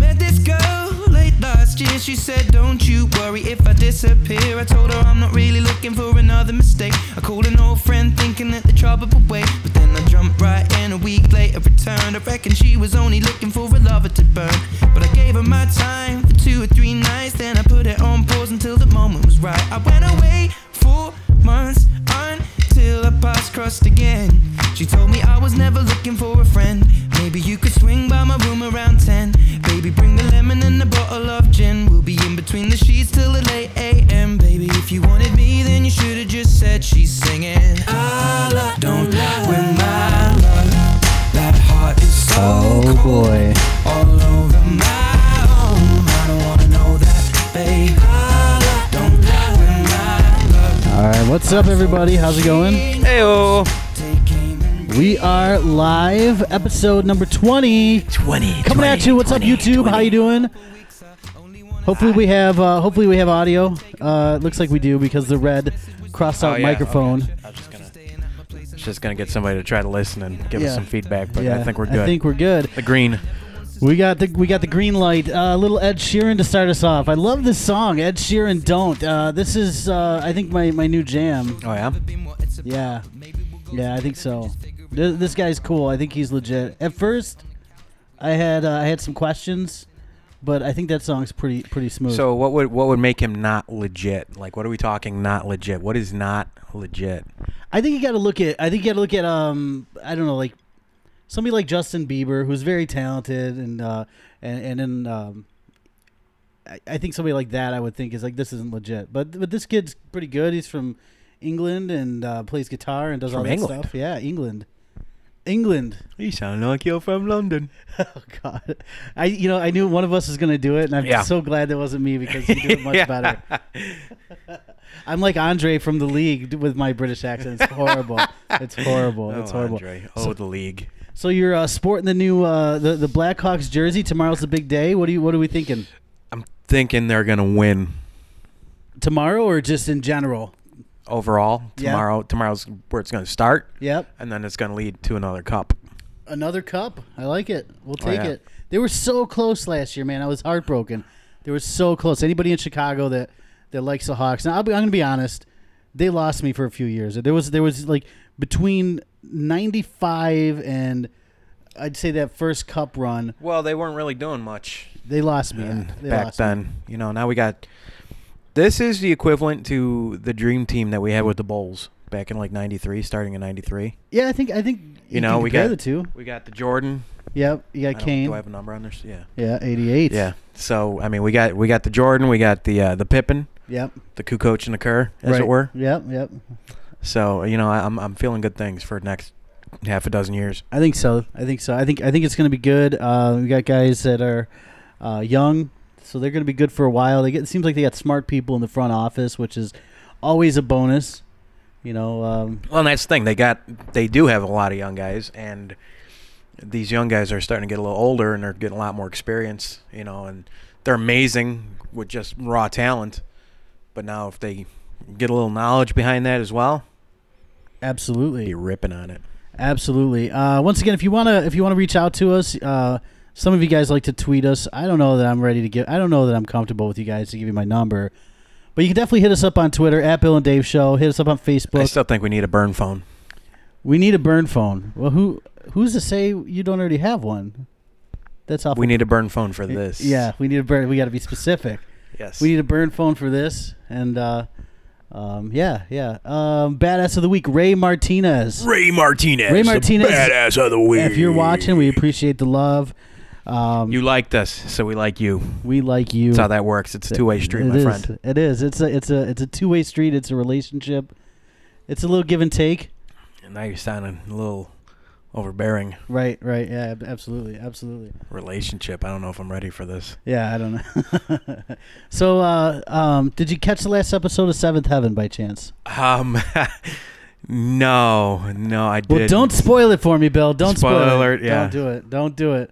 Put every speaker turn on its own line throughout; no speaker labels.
Met this girl late last year. She said, Don't you worry if I disappear. I told her I'm not really looking for another mistake. I called an old friend thinking that the trouble would wait. But then I jumped right in a week later, returned. I reckon she was only looking for a lover to burn. But I gave her my time for two or three nights. Then I put it on pause until the moment was right. I went away for months until our paths crossed again. She told me I was never looking for a friend. Maybe you could swing by my room around 10. Baby, bring the lemon and a bottle of gin. We'll be in between the sheets till the late AM. Baby, if you wanted me, then you should have just said she's singing. I la, don't lie when my love. That heart is so
Oh
cold
boy.
all over my home. I don't wanna know that, babe. I la, don't lie when my love.
All right, what's up, everybody? How's it going?
Heyo.
Taking and
We are live, episode number 20.
20.
Coming at you. What's up, YouTube? How you doing?
weeks I only wanna
Hopefully we have uh, hopefully we have audio. Uh, it looks like we do because the red crossed out
Oh, yeah.
microphone.
I was just gonna, just gonna get somebody to try to listen and give
Yeah.
us some feedback, but
Yeah,
I think we're good.
I think we're good.
the green.
We got the we got the green light. Uh, little Ed Sheeran to start us off. I love this song, Ed Sheeran. Don't. Uh, this is uh, I think my my new jam.
Oh yeah.
been what it's about.
Yeah,
Maybe we'll go
yeah, I think so. Th- This guy's cool. I think he's legit. At first, I had uh, I had some questions, but I think that song's pretty pretty smooth.
So what would what would make him not legit? Like what are we talking not legit? What is not legit?
I think you got to look at. I think you got to look at. Um, I don't know, like somebody like Justin Bieber, who's very talented, and uh, and and then um, I, I think somebody like that, I would think is like this isn't legit. But but this kid's pretty good. He's from England and uh, plays guitar and does all
From
that
England?
stuff. Yeah, England, England.
You sound like you're from London.
Oh God, I you know I knew one of us was gonna do it, and I'm
Yeah.
so glad that wasn't me because you do it much better. I'm like Andre from the league with my British accent. It's horrible. it's horrible. It's horrible.
Andre. Oh,
So-
the league.
So you're uh, sporting the new uh, the the Blackhawks jersey. Tomorrow's the big day. What do you What are we thinking?
I'm thinking they're gonna win
Tomorrow or just in general?
overall
Yeah.
tomorrow. Tomorrow's where it's gonna start,
Yep.
and then it's gonna lead to another cup.
Another cup. I like it. We'll take
Oh, yeah.
it. They were so close last year, man. I was heartbroken. They were so close. Anybody in Chicago that that likes the Hawks. Now I'll be, I'm going to be honest. They lost me for a few years. There was there was like between 95 and I'd say that first cup run,
Well, they weren't really doing much
they lost me.
and
They
back
lost me.
then. You know, now we got this is the equivalent to the dream team that we had with the Bulls back in like '93, starting in '93.
Yeah, I think I think you,
know,
can
we
compare
got-
the two.
We got the Jordan.
Yep, you
I
got
don't-
Kane.
Do I have a number on this? Yeah.
Yeah, 88.
Yeah. So I mean, we got we got the Jordan, we got the uh, the Pippin,
Yep.
the Kukoc and the Kerr, as it were.
Yep, yep.
So you know, I, I'm I'm feeling good things for next half a dozen years.
I think so. I think so. I think I think it's going to be good. Uh, we got guys that are uh, young, so they're going to be good for a while. They get, it seems like they got smart people in the front office, which is always a bonus. You know, um,
Well, and that's the thing. They got they do have a lot of young guys, and these young guys are starting to get a little older, and they're getting a lot more experience. You know, and they're amazing with just raw talent. But now, if they get a little knowledge behind that as well,
absolutely.
be ripping on it.
Absolutely. Uh, once again, if you wanna if you wanna reach out to us, uh, some of you guys like to tweet us. I don't know that I'm ready to give. I don't know that I'm comfortable with you guys to give you my number, but you can definitely hit us up on Twitter at Bill and Dave Show. Hit us up on
I
Facebook.
still think we need a burn phone.
we need a burn phone. Well, who who's to say you don't already have one? That's awful.
We need a burn phone for this.
Yeah, we need a burn. We got to be specific.
Yes.
We need a burn phone for this, and uh, um, yeah, yeah. Um, badass of the week, Ray Martinez.
Ray Martinez.
Ray
the
Martinez.
badass of the week.
If you're watching, we appreciate the love. Um,
you liked us, so we like you.
we like you.
That's how that works. It's a two-way street,
It
my
is.
friend.
It is. It's a it's a it's a two way street. It's a relationship. It's a little give and take.
And now you're sounding a little overbearing.
Right. Right. Yeah. ab- Absolutely. Absolutely.
relationship. I don't know if I'm ready for this.
Yeah. I don't know. so, uh, um, did you catch the last episode of Seventh Heaven by chance?
Um, no, no, I did.
Well, don't spoil it for me, Bill. Don't spoil,
Spoiler
it.
alert, yeah.
Don't do it. Don't do it.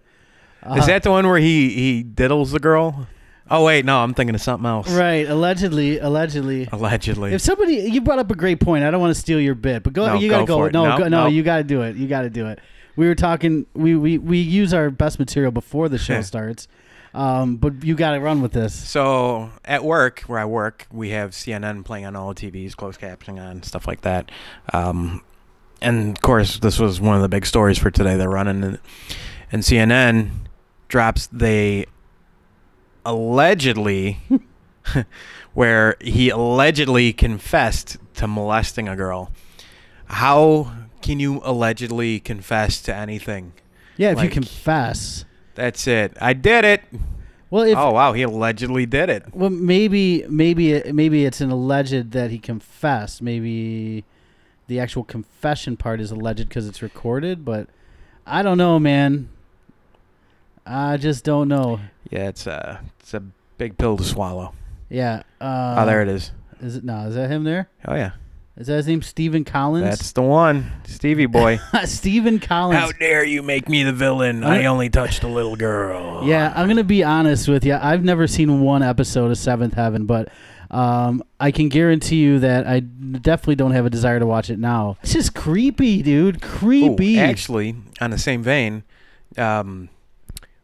Uh,
Is that the one where he he diddles the girl? Oh wait, no, I'm thinking of something else.
Right. Allegedly. Allegedly.
Allegedly.
If somebody you brought up a great point, I don't want to steal your bit, but go.
No,
you gotta
go
go.
for it.
No,
No,
go, no,
no.
you gotta do it. You gotta do it. We were talking. We we we use our best material before the show starts, um, but you gotta run with this.
So at work, where I work, we have CNN playing on all the TVs, closed captioning on, stuff like that. Um, and of course, this was one of the big stories for today. They're running, and, and CNN drops they allegedly, where he allegedly confessed to molesting a girl. How can you allegedly confess to anything?
Yeah, if you
Like-
confess.
That's it. I did it.
Well, if
oh wow, he allegedly did it.
well, maybe maybe it, maybe it's an alleged that he confessed. Maybe the actual confession part is alleged because it's recorded. But I don't know, man. I just don't know.
Yeah, it's a it's a big pill to swallow.
Yeah. Uh,
oh, there it is.
Is it no? Is that him there?
Oh yeah,
Is that his name? Stephen Collins.
that's the one, Stevie boy.
Stephen Collins.
How dare you make me the villain?
I
I only touched a little girl.
Yeah, I'm gonna be honest with you. I've never seen one episode of Seventh Heaven, but um, I can guarantee you that I definitely don't have a desire to watch it now. It's just creepy, dude.
Ooh,
Creepy.
actually, on the same vein, um,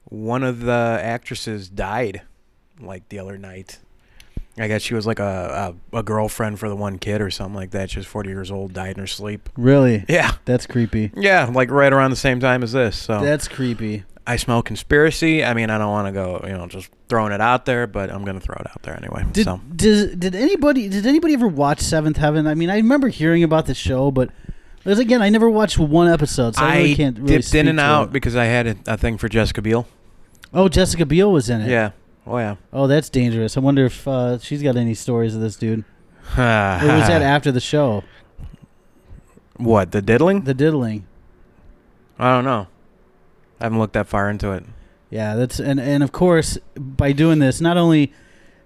one of the actresses died like the other night. I guess she was like a, a a girlfriend for the one kid or something like that. She was 40 years old, died in her sleep.
really,
Yeah,
that's creepy.
yeah, like right around the same time as this. So
That's creepy.
I smell conspiracy. I mean, I don't want to go, you know, just throwing it out there, but I'm gonna throw it out there anyway.
Did
so
does, did anybody did anybody ever watch Seventh Heaven? I mean, I remember hearing about the show, but because again, I never watched one episode, so I, really can't really
dipped
speak
in and
to
out
it.
because I had a, a thing for Jessica Biel.
Oh, Jessica Biel was in it.
Yeah. Oh yeah.
Oh, that's dangerous. I wonder if uh, she's got any stories of this dude.
it was
Or was that after the show?
what the diddling?
The diddling.
I don't know. I haven't looked that far into it.
Yeah, that's and and of course by doing this, not only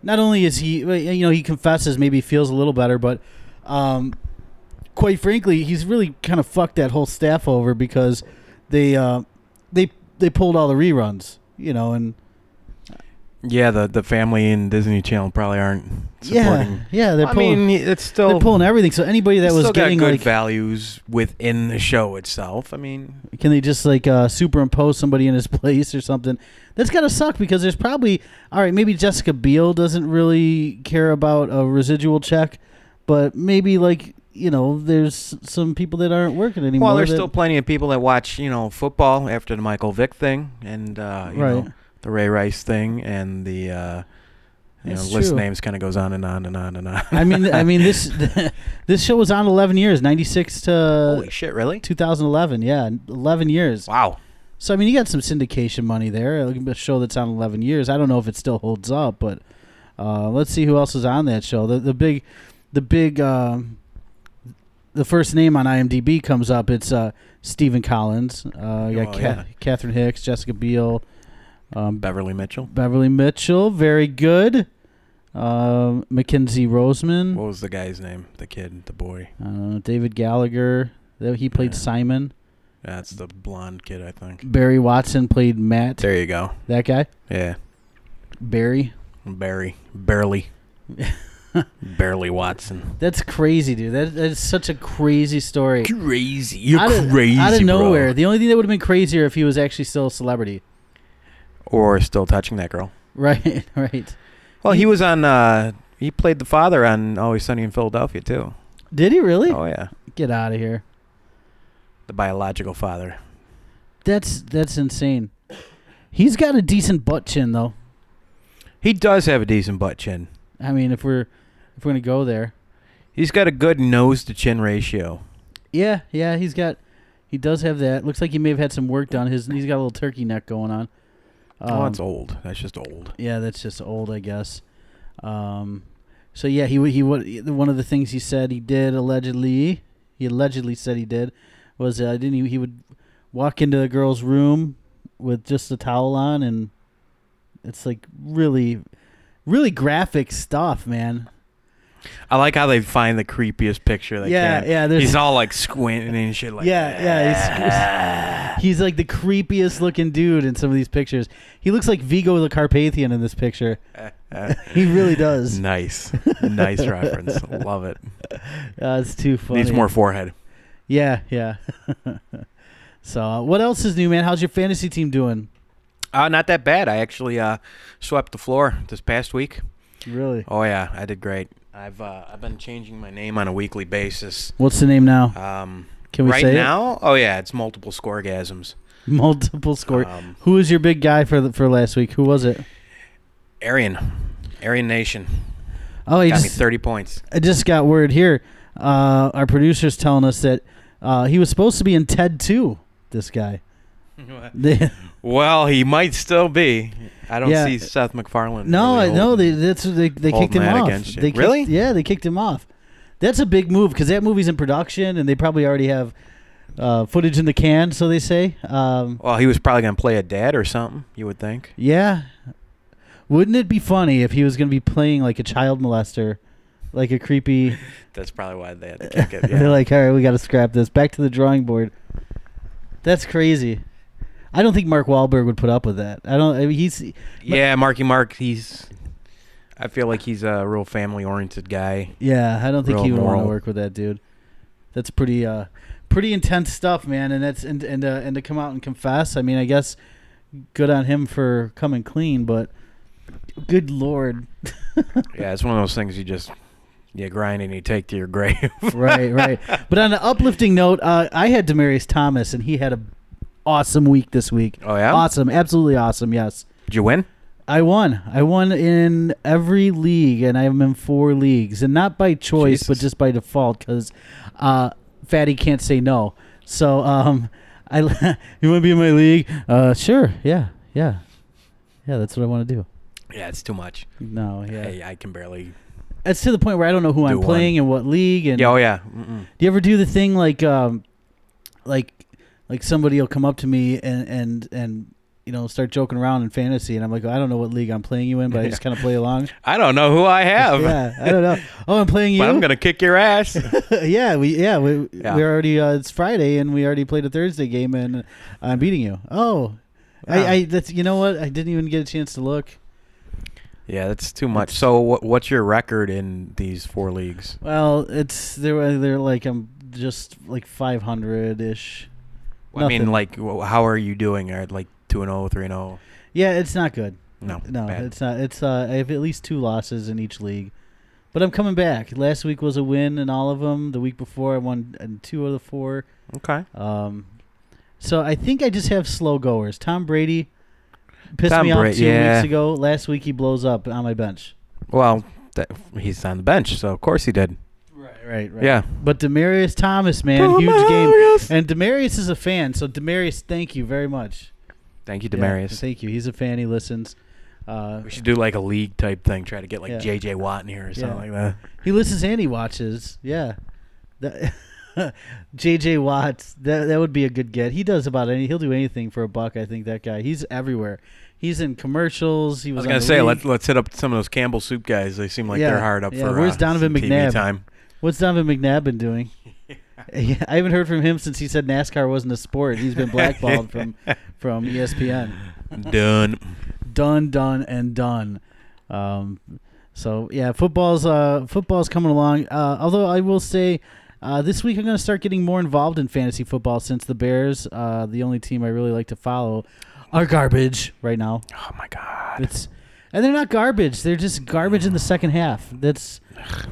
not only is he you know he confesses, maybe feels a little better, but um, quite frankly, he's really kind of fucked that whole staff over because they uh, they they pulled all the reruns, you know, and
Yeah, the the family and Disney Channel probably aren't supporting.
yeah, yeah, they're
I
pulling
mean, it's still
they're pulling everything. So anybody that
it's
was
still
getting
got good
like,
values within the show itself. I mean,
can they just like uh, superimpose somebody in his place or something? That's gotta suck because there's probably all right. Maybe Jessica Biel doesn't really care about a residual check, but maybe like you know, there's some people that aren't working anymore.
Well, there's
that-
still plenty of people that watch, you know, football after the Michael Vick thing and uh, you
right.
know the Ray Rice thing and the uh, you know,
That's
list
true.
names kind of goes on and on and on and on.
I mean, I mean this this show was on 11 years, 96 to
holy shit, really?
2011. Yeah, 11 years.
Wow.
So I mean, you got some syndication money there. A show that's on eleven years. I don't know if it still holds up, but uh, let's see who else is on that show. The the big, the big, um, the first name on IMDb comes up. It's uh, Stephen Collins. Uh, you got
Well,
Ca-
Oh, yeah.
Catherine Hicks, Jessica Biel, um,
Beverly Mitchell.
Beverly Mitchell. Very good. Um Mackenzie Roseman.
What was the guy's name? The kid, the boy.
I don't know, David Gallagher. Th- He played
Yeah.
Simon.
That's the blonde kid, I think.
Barry Watson played Matt.
There you go.
That guy,
Yeah.
Barry.
Barry. Barely. Barely Watson.
That's crazy, dude. That that's such a crazy story.
Crazy. You're
out of,
crazy.
Out of
bro.
nowhere. The only thing that would have been crazier if he was actually still a celebrity.
Or still touching that girl.
Right, right.
Well, he was on uh he played the father on Always Sunny in Philadelphia too.
Did he really?
Oh yeah.
Get out of here.
the biological father.
That's that's insane. He's got a decent butt chin though.
He does have a decent butt chin.
I mean, if we're if we're gonna go there.
He's got a good nose to chin ratio.
Yeah, yeah, he's got he does have that. Looks like he may have had some work done. His he's got a little turkey neck going on.
oh,
Um,
that's old. That's just old.
Yeah, that's just old, I guess. Um, so yeah, he wa- he wa- one of the things he said he did allegedly, he allegedly said he did was uh, didn't he, he would walk into a girl's room with just a towel on and it's like really really graphic stuff, man.
I like how they find the creepiest picture they
Yeah,
can.
yeah, there's-
He's all like squinting and shit. Like
yeah, yeah. He's, he's like the creepiest looking dude in some of these pictures. He looks like Vigo the Carpathian in this picture. He really does.
nice, nice reference. Love it.
Uh, it's too funny.
Needs more forehead.
Yeah, yeah. so, uh, what else is new, man? How's your fantasy team doing?
Uh, not that bad. I actually uh, swept the floor this past week.
Really?
Oh yeah, I did great. I've uh, I've been changing my name on a weekly basis.
What's the name now?
Um,
Can we
right
say it?
now? Oh yeah, it's multiple scoregasms.
Multiple score.
Um,
Who was your big guy for the, for last week? Who was it?
Aryan, Aryan Nation
Oh, he
got me
just,
thirty points.
I just got word here. Uh, our producer's telling us that uh, he was supposed to be in Ted 2, this guy. They-
well, he might still be. I don't
Yeah.
see Seth MacFarlane.
no,
really
I no,
holding-
they, that's, they, they
holding
kicked him
that
off.
against you.
They kicked-
Really?
Yeah, they kicked him off. That's a big move because that movie's in production and they probably already have uh, footage in the can, so they say. Um,
Well, he was probably gonna play a dad or something. You would think.
Yeah. Wouldn't it be funny if he was going to be playing like a child molester, like a creepy?
That's probably why they had to kick it. Yeah.
They're like, all right, we got to scrap this. Back to the drawing board. That's crazy. I don't think Mark Wahlberg would put up with that. I don't. I mean, he's
yeah, Marky Mark. He's. I feel like he's a real family-oriented guy.
yeah. I don't think he
Real
would want to
moral.
work with that dude. That's pretty uh, pretty intense stuff, man. And that's and and uh, and to come out and confess. I mean, I guess good on him for coming clean, but good lord,
Yeah, it's one of those things you just you grind and you take to your grave.
right, right. But on an uplifting note, uh, I had Demarius Thomas, and he had a awesome week this week.
Oh, yeah?
awesome, absolutely awesome. Yes,
Did you win?
I won. I won in every league, and I'm in four leagues, and not by choice, but
Jesus.
just by default, because uh, Fatty can't say no. So, um, I you want to be in my league? Uh, sure. Yeah, yeah, yeah. That's what I want to do.
Yeah, it's too much.
No, yeah.
Hey, I can barely.
It's to the point where I don't know who I'm
one.
playing and what league, and
Yeah, oh yeah. Mm-mm.
Do you ever do the thing like, um, like, like somebody will come up to me and and and you know start joking around in fantasy, and I'm like, I don't know what league I'm playing you in, but I just kind of play along.
I don't know who I have,
yeah, I don't know. Oh, I'm playing you.
but I'm gonna kick your ass.
yeah, we yeah we
Yeah.
we're already uh, it's Friday and we already played a Thursday game and I'm beating you. Oh.
Wow.
I, I that's you know what I didn't even get a chance to look.
yeah, that's too much. So, what, what's your record in these four leagues?
Well, it's they're they're like I'm just like 500 ish.
I mean,
Nothing.
like, wh- how are you doing? Are like two and zero, three and zero?
Yeah, it's not good.
No,
No,
bad.
it's not. It's uh, I have at least two losses in each league, but I'm coming back. Last week was a win in all of them. The week before, I won in two of the four.
okay.
Um, so I think I just have slow goers. Tom Brady pissed
Tom
me off
Bra-
two
yeah.
weeks ago. Last week he blows up on my bench.
Well, that, he's on the bench, so of course he did.
Right, right, right.
Yeah.
But Demarius Thomas, man, huge game. And Demarius is a fan, so Demarius, thank you very much.
Thank you,
Yeah,
Demarius.
thank you. He's a fan. He listens. Uh,
we should do like a league type thing. Try to get like
Yeah.
JJ Watt in here or something
Yeah.
like that.
He listens and he watches. Yeah. That- JJ Watts, that that would be a good get. He does about any. He'll do anything for a buck. I think that guy. He's everywhere. He's in commercials. He
I
was,
was
on
gonna
the
say
league.
let's let's hit up some of those Campbell Soup guys. They seem like
Yeah,
they're hard up
yeah.
for.
Where's
uh,
Donovan
some TV
McNabb?
Time.
What's Donovan McNabb been doing? Yeah, I haven't heard from him since he said NASCAR wasn't a sport. He's been blackballed from from E ESPN.
Done.
Done, done, and done. Um, so yeah, football's uh, football's coming along. Uh, although I will say, uh, this week I'm going to start getting more involved in fantasy football since the Bears, uh, the only team I really like to follow, are garbage right now.
Oh my god.
It's and they're not garbage. They're just garbage in the second half. That's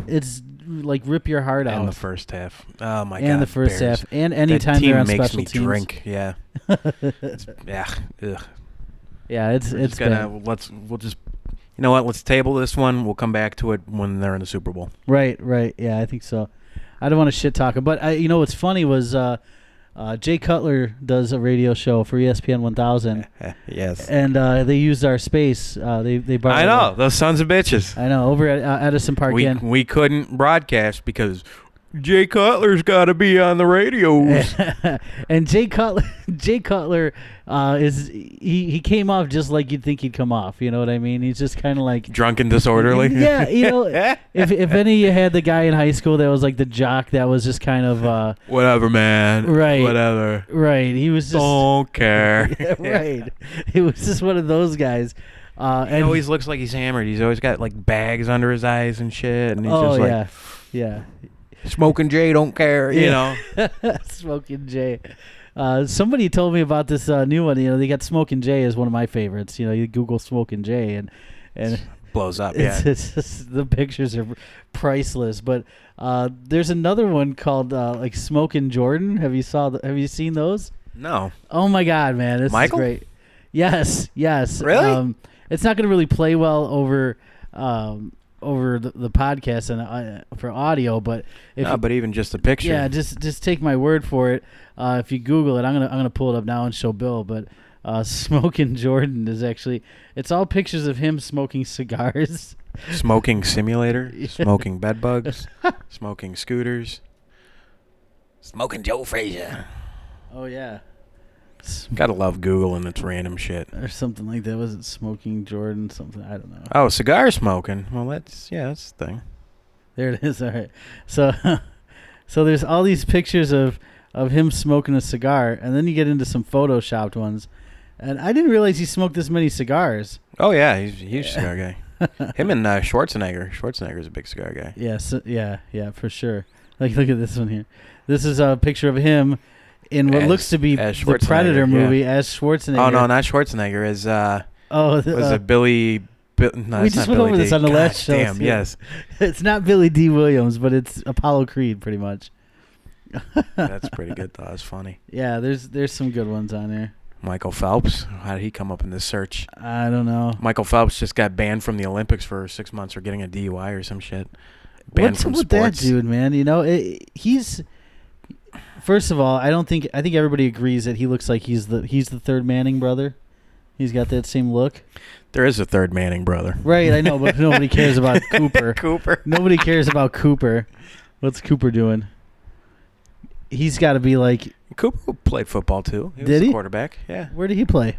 it's like rip your heart out.
And the first half. Oh my god.
and the first
Bears.
half, and anytime
that team
they're on
makes
special
me
teams,
drink. Yeah. It's- yeah. Ugh.
yeah, it's
We're
it's
just
bad.
gonna let's we'll just you know what let's table this one. We'll come back to it when they're in the Super Bowl.
Right, right. Yeah, I think so. I don't want to shit talk him, but I, you know what's funny was uh, uh, Jay Cutler does a radio show for E ESPN 1000,
yes.
and uh, they used our space. Uh, they they borrowed.
I know those sons of bitches.
I know. Over at uh, Edison Park
we
Inn.
we couldn't broadcast because Jay Cutler's got to be on the radios.
and Jay Cutler, Jay Cutler uh, is he, he came off just like you'd think he'd come off. You know what I mean? He's just kind of like
Drunk and disorderly.
yeah, you know, if if any you had the guy in high school that was like the jock that was just kind of uh,
Whatever, man.
Right.
Whatever.
right. He was just
Don't care.
Yeah, right. He was just one of those guys. Uh,
He
and
always looks like he's hammered. He's always got like bags under his eyes and shit, and he's
oh
just like
yeah, yeah.
smoking Jay don't care, you know.
Yeah. Smoking Jay. Uh, somebody told me about this uh, new one. You know, they got Smoking Jay as one of my favorites. You know, you Google Smoking Jay and and
Blows up, yeah.
it's, it's just, the pictures are priceless. But uh, there's another one called uh, like Smoking Jordan. Have you saw? th- have you seen those?
no,
Oh my God, man, this
Michael?
is great. Yes, yes.
Really?
Um, it's not going to really play well over um, over the, the podcast and uh, for audio, but if
no,
you
but even just the picture.
yeah, just just take my word for it. Uh, if you Google it, I'm gonna I'm gonna pull it up now and show Bill. But uh, smoking Jordan is actually it's all pictures of him smoking cigars.
smoking simulator, smoking bed bugs, smoking scooters, smoking Joe Frazier.
Oh yeah, S-
Gotta love Google and its random shit.
or something like that. Was it smoking Jordan? Something I don't know.
Oh, cigar smoking. Well, that's yeah, that's the thing.
There it is. All right. So, so there's all these pictures of of him smoking a cigar, and then you get into some photoshopped ones. And I didn't realize he smoked this many cigars.
Oh yeah, he's a huge cigar guy. Him and uh, Schwarzenegger. Schwarzenegger's a big cigar guy.
Yeah, so, yeah, yeah, for sure. Like, look at this one here. This is a picture of him in what
As-
looks to be
as
the Predator
Schwarzenegger, yeah.
movie as Schwarzenegger.
Oh no, not Schwarzenegger. Is uh,
Oh, th-
was
uh,
it Billy? Bi- no,
we
it's
just
not
went
Billy
over this
D.
on the
God
last show,
Damn,
too.
yes,
it's not Billy D. Williams, but it's Apollo Creed, pretty much.
that's pretty good. though. That's funny.
Yeah, there's there's some good ones on there.
Michael Phelps. How did he come up in this search?
I don't know.
Michael Phelps just got banned from the Olympics for six months for getting a DUI or some shit. Banned
What's
from
up with
sports.
that dude, man? You know, it, he's first of all, I don't think I think everybody agrees that he looks like he's the he's the third Manning brother. He's got that same look,
There is a third Manning brother.
right? I know, but nobody cares about Cooper.
Cooper.
Nobody cares about Cooper. What's Cooper doing? He's got to be like,
Cooper played football too. He was
Did
the
he?
quarterback. Yeah.
where did he play?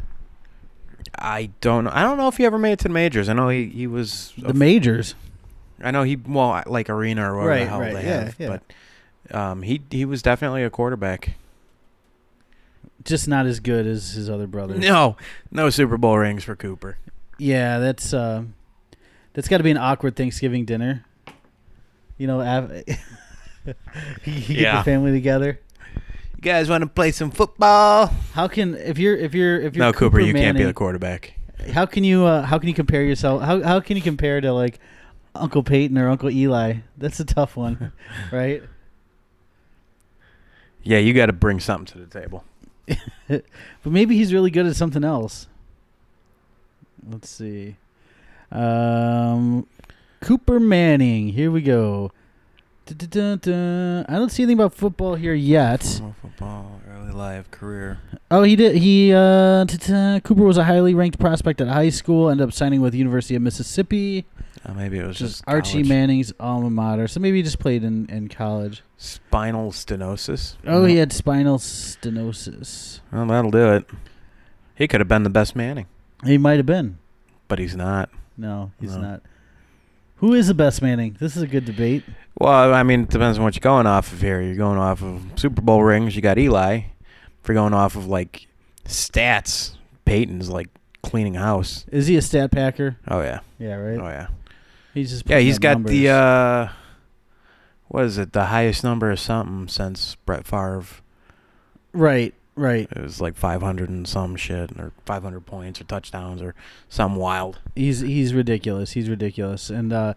I don't know. I don't know if he ever made it to the majors. I know he, he was
The majors.
I know he well like arena or whatever the
Right,
hell
right,
they
yeah,
have.
yeah.
But um, he he was definitely a quarterback.
Just not as good as his other brother.
No, no Super Bowl rings for Cooper.
Yeah, that's uh, that's got to be an awkward Thanksgiving dinner. You know, av- you, you get
Yeah.
the family together.
You guys want to play some football?
How can if you're if you're if you're
No, Cooper, you can't be the
Manning,
quarterback.
How can you uh, how can you compare yourself? How how can you compare to like Uncle Peyton or Uncle Eli? That's a tough one, right?
Yeah, you got to bring something to the table.
But maybe he's really good at something else. Let's see. Um, Cooper Manning. Here we go. Dun-dun-dun-dun. I don't see anything about football here yet.
Football, early life, career.
Oh, he did. He uh, dun-dun. Cooper was a highly ranked prospect at high school. Ended up signing with University of Mississippi,
Uh, maybe it was
which is
just
Archie
college.
Manning's alma mater. So maybe he just played in in college.
Spinal stenosis.
Oh,
Well,
he had spinal stenosis.
Well, that'll do it. He could have been the best Manning,
He might have been.
but he's not.
No, he's
No.
not. Who is the best Manning? This is a good debate.
Well, I mean, it depends on what you're going off of here. You're going off of Super Bowl rings. You got Eli. If you're going off of like stats, Peyton's like cleaning house.
Is he a stat packer?
Oh yeah,
Yeah,
oh
right.
yeah,
He's just
yeah.
putting
He's
up
got the
numbers.
uh, what is it? The highest number of something since Brett Favre.
right, right.
It was like 500 and some shit, or 500 points, or touchdowns, or some wild.
He's he's ridiculous. He's ridiculous, and uh,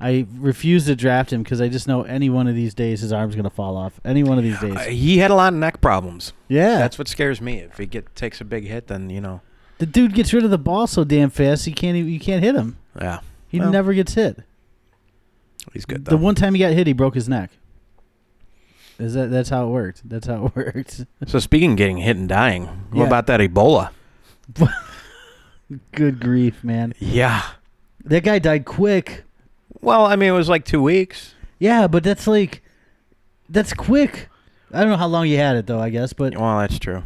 I refuse to draft him because I just know any one of these days his arm's gonna fall off. Any one of these days.
Uh, he had a lot of neck problems.
yeah,
That's what scares me. If he get takes a big hit, then you know,
the dude gets rid of the ball so damn fast. He can't even, you can't hit him.
yeah,
He
Well,
never gets hit.
he's good
The
though.
one time he got hit, he broke his neck. Is that that's how it worked? That's how it worked.
so speaking of getting hit and dying,
Yeah.
what about that Ebola?
Good grief, man!
Yeah.
That guy died quick.
Well, I mean, it was like two weeks.
Yeah, but that's like that's quick. I don't know how long you had it though. I guess, but
Well, that's true.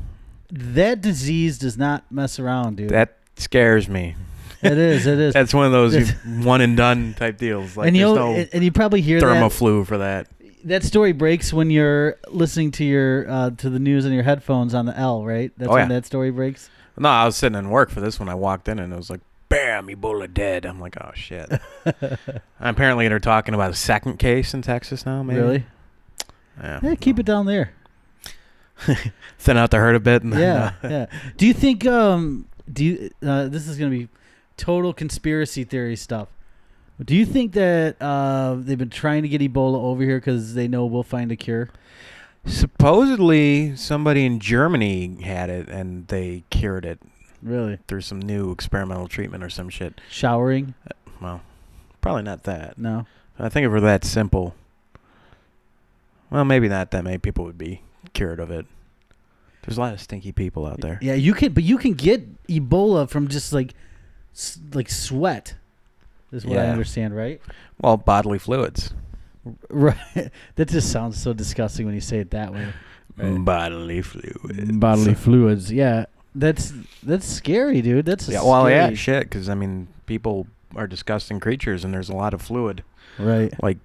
that disease does not mess around, dude.
That scares me.
it is. It is.
That's one of those you
That's-
one and done type deals. Like
and you
there's
know,
no
and- and you probably hear that
thermoflu for that.
that story breaks when you're listening to your uh, to the news on your headphones on the L, right? That's
Oh,
when
yeah.
that story breaks.
No, I was sitting in work for this when I walked in and it was like, bam, Ebola dead. I'm like, oh shit. Apparently, they're talking about a second case in Texas now. Maybe.
Really?
Yeah.
Yeah, keep it down there.
Thin out the herd a bit. And then,
Yeah,
uh,
yeah. Do you think? Um, do you? Uh, this is gonna be total conspiracy theory stuff. Do you think that uh, they've been trying to get Ebola over here because they know we'll find a cure?
Supposedly, somebody in Germany had it and they cured it
Really?
through some new experimental treatment or some shit.
Showering?
Well, probably not that.
No.
I think if it were that simple, well, maybe not that many people would be cured of it. There's a lot of stinky people out there.
Yeah, you can, but you can get Ebola from just like, s- like sweat. Is what I
Yeah.
understand, right?
Well, bodily fluids.
Right. that just sounds so disgusting when you say it that way. Right.
Bodily fluids.
fluids. Yeah, that's that's scary, dude. That's a
Yeah, well, yeah,
scary-
shit, because, I mean, people are disgusting creatures and there's a lot of fluid.
Right.
Like,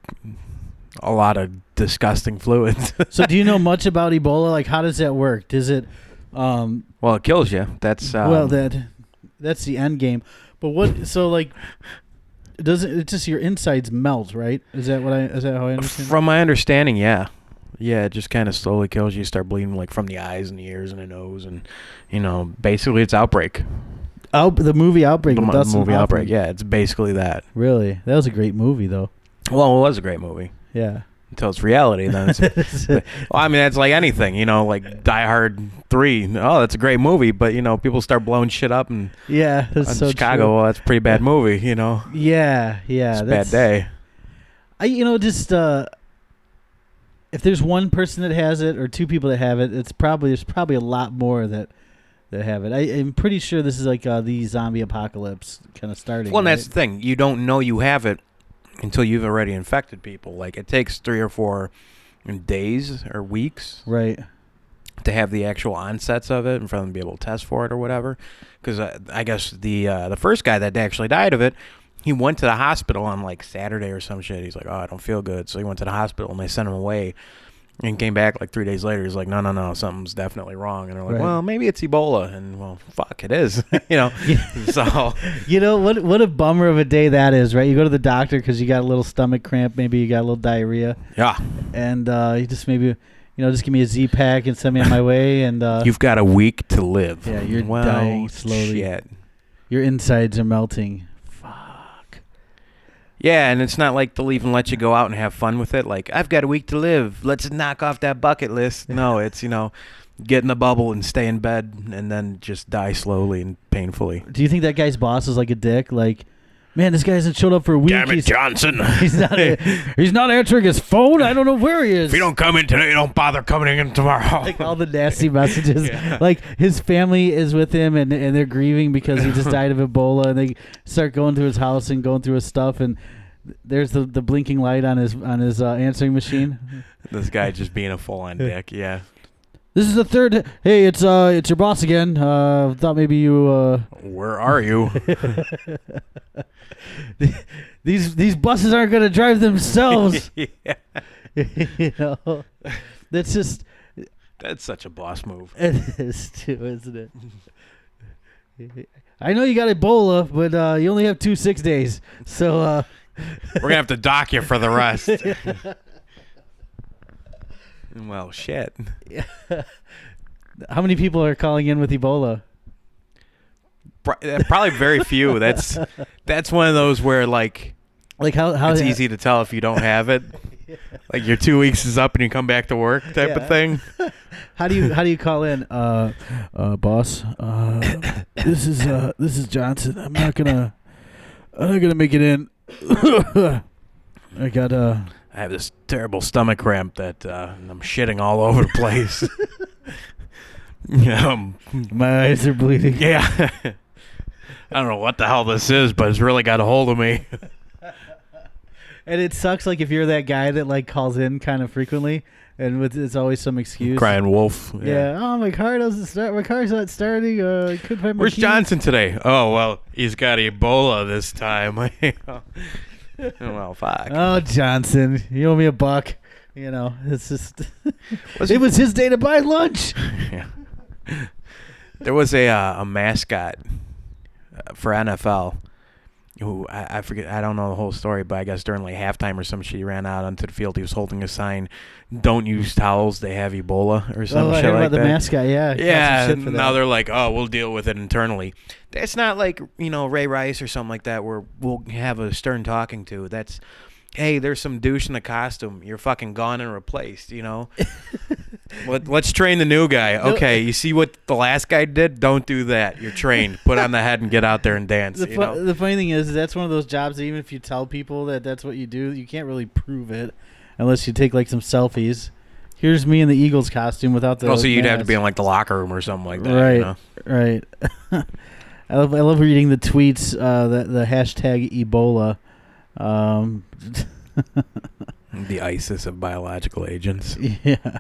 a lot of disgusting fluids.
so, do you know much about Ebola? Like, how does that work? Does it? Um,
well, it kills you. That's. Um,
well, that that's the end game. But what? So, like, does it? It's just your insides melt, right? Is that what I? Is that how I understand?
From my understanding, yeah. Yeah, it just kind of slowly kills you. You start bleeding like from the eyes and the ears and the nose, and you know, basically it's outbreak.
Out, the movie outbreak.
The
with
mo-
Dustin
movie
Hoffman.
outbreak. Yeah, it's basically that.
Really, that was a great movie, though.
Well, it was a great movie
Yeah.
until it's reality. Then it's, well, I mean, that's like anything, you know, like Die Hard Three. Oh, that's a great movie, but you know, people start blowing shit up and
Yeah. That's
in
so
Chicago.
true.
Well, that's a pretty bad movie, you know.
Yeah. Yeah.
it's a
that's-
bad day.
I you know just uh if there's one person that has it or two people that have it, it's probably there's probably a lot more that that have it. I, I'm pretty sure this is like uh, the zombie apocalypse kind of starting.
Well, and that's
right?
the thing. You don't know you have it until you've already infected people. Like it takes three or four days or weeks
right.
to have the actual onsets of it and for them to be able to test for it or whatever. Because I, I guess the uh, the first guy that actually died of it, he went to the hospital on like Saturday or some shit. He's like, oh, I don't feel good, so he went to the hospital and they sent him away. And came back like three days later. He's like, no, no, no, something's definitely wrong. And they're like,
Right.
well, maybe it's Ebola. And well, fuck, it is. you know. so
You know what? What a bummer of a day that is, right? You go to the doctor because you got a little stomach cramp, maybe you got a little diarrhea,
yeah,
and uh, you just maybe you know just give me a Z pack and send me on my way, and uh,
You've got a week to live.
Yeah, you're dying slowly.
Shit.
your insides are melting. Fuck.
Yeah, and it's not like they'll even let you go out and have fun with it. Like, I've got a week to live. Let's knock off that bucket list. No, it's, you know, get in the bubble and stay in bed and then just die slowly and painfully.
Do you think that guy's boss is like a dick? Like, man, this guy hasn't showed up for a week. he's,
Johnson.
he's not. he's not answering his phone. I don't know where he is.
come in today, don't bother coming in tomorrow.
like all the nasty messages.
Yeah.
Like his family is with him, and and they're grieving because he just died of Ebola, and they start going through his house and going through his stuff, and there's the, the blinking light on his on his uh, answering machine.
this guy just being a full on dick. Yeah.
This is the third. Hey, it's uh, it's your boss again. Uh, thought maybe you uh.
Where are you?
These these buses aren't gonna drive themselves. you know, that's just
That's such a boss move.
it is too, isn't it? I know you got Ebola, but uh, you only have two six days, so uh,
We're gonna have to dock you for the rest. well, shit.
how many people are calling in with Ebola?
Pro- uh, Probably very few. That's that's one of those where like
Like how how
it's easy to tell if you don't have it. Like your two weeks is up and you come back to work type
Yeah.
of thing.
How do you how do you call in, uh, uh, boss? Uh, this is uh, this is Johnson. I'm not gonna I'm not gonna make it in. I got uh
I have this terrible stomach cramp that uh, I'm shitting all over the place. um,
my eyes are bleeding.
yeah. I don't know what the hell this is, but it's really got a hold of me.
and it sucks. Like if you're that guy that like calls in kind of frequently, and with it's always some excuse.
Crying wolf.
Yeah. Oh, my car doesn't start. My car's not starting. Uh, I couldn't find my
Where's
keys.
Johnson today? Oh well, he's got Ebola this time. well, fuck.
Oh, Johnson, you owe me a buck. You know, it's just.
Was
it
it-
was his day to buy lunch. Oh,
yeah. There was a uh, a mascot uh, for NFL who I, I forget I don't know the whole story, but I guess during like halftime or some shit, he ran out onto the field. He was holding a sign, "Don't use towels; they have Ebola" or some
oh, I
shit
heard
like
about
that.
the mascot. Yeah. I got
Yeah,
some shit for
now
that.
they're like, oh, we'll deal with it internally. That's not like you know Ray Rice or something like that, where we'll have a stern talking to. That's, hey, there's some douche in a costume. You're fucking gone and replaced. You know, Let, let's train the new guy. Okay, you see what the last guy did? Don't do that. You're trained. Put on the head and get out there and dance.
The,
you
fu-
know,
the funny thing is, that's one of those jobs. That even if you tell people that that's what you do, you can't really prove it unless you take like some selfies. Here's me in the Eagles costume without the.
also Oh, you'd have to be in
mask.
like the locker room or something like that.
right,
You know?
right. I love I love reading the tweets. Uh, the the hashtag Ebola. Um,
The ISIS of biological agents.
yeah.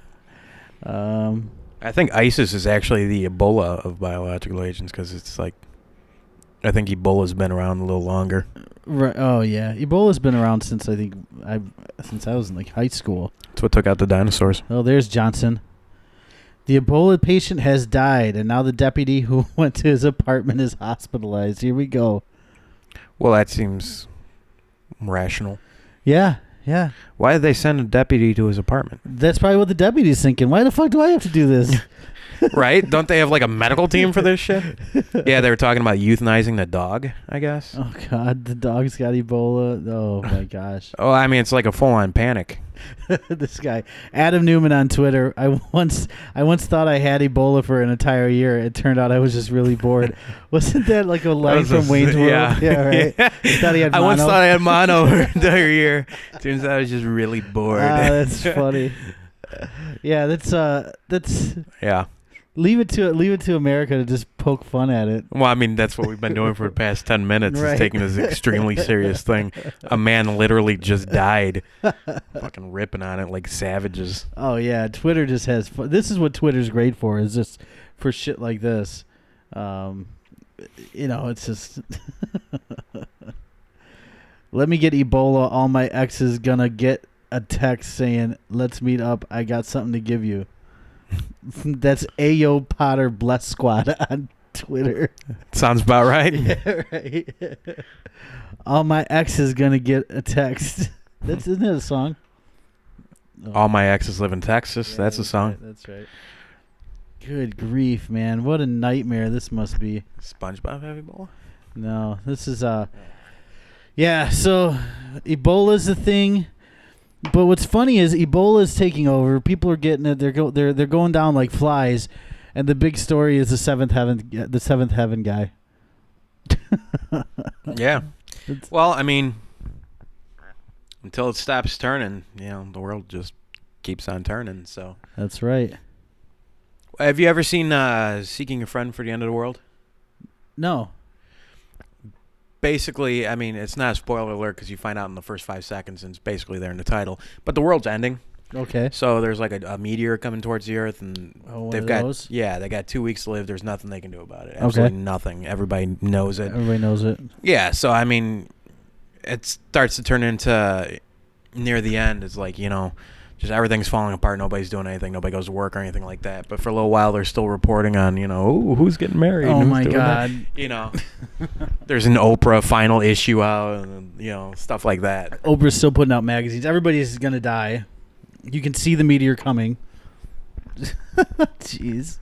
Um,
I think ISIS is actually the Ebola of biological agents because it's like, I think Ebola's been around a little longer.
Right. Oh yeah, Ebola's been around since I think I since I was in like high school.
It's what took out the dinosaurs.
Oh, there's Johnson. The Ebola patient has died, and now the deputy who went to his apartment is hospitalized. Here we go.
Well, that seems rational.
Yeah, yeah.
Why did they send a deputy to his apartment?
That's probably what the deputy's thinking. Why the fuck do I have to do this?
right? Don't they have like a medical team for this shit? Yeah, they were talking about euthanizing the dog, I guess.
Oh God, the dog's got Ebola. Oh my gosh,
Oh, I mean, it's like a full on panic.
this guy, Adam Newman on Twitter. I once, I once thought I had Ebola for an entire year. It turned out I was just really bored. Wasn't that like a line
was a
from Wayne's
s-
World?
yeah.
yeah, right. I thought he had
I once
mono.
thought I had mono for an entire year. Turns out I was just really bored.
Ah, that's funny. Yeah, that's uh, that's
yeah.
leave it to leave it to America to just poke fun at it.
Well, I mean, that's what we've been doing for the past 10 minutes
Right.
is taking this extremely serious thing. A man literally just died. Fucking ripping on it like savages.
Oh yeah, Twitter just has. Fu- this is what Twitter's great for is just for shit like this. Um, you know, it's just. Let me get Ebola. All my exes gonna get a text saying, "Let's meet up. I got something to give you." That's Ayo Potter Bless Squad on Twitter.
Sounds about right.
Yeah, right. All my exes gonna get a text. That's isn't that a song? Oh.
All my exes live in Texas.
Yeah,
that's a song.
right, that's right. Good grief, man! What a nightmare this must be.
SpongeBob Heavy Bowl?
No, this is uh, yeah. So, Ebola's the thing, but what's funny is Ebola's taking over. People are getting it. They're go they're they're going down like flies, and the big story is the seventh heaven the seventh heaven guy.
Yeah.
It's-
Well, I mean, until it stops turning, you know, the world just keeps on turning. So,
That's right.
have you ever seen uh, Seeking a Friend for the End of the World?
No,
basically, I mean, it's not a spoiler alert because you find out in the first five seconds, and it's basically there in the title. But the world's ending,
okay.
so there's like a, a meteor coming towards the Earth, and
Oh, one
they've
of
got
those?
yeah, they got two weeks to live. There's nothing they can do about it. Absolutely nothing. Everybody knows it.
Everybody knows it.
Yeah, so I mean, it starts to turn into near the end. It's like you know, just everything's falling apart. Nobody's doing anything. Nobody goes to work or anything like that. But for a little while, they're still reporting on you know "Ooh, who's getting married.
Oh
who's
my
doing that,"
God.
You know, there's an Oprah final issue out, and you know stuff like that.
Oprah's still putting out magazines. Everybody's gonna die. You can see the meteor coming. Jeez.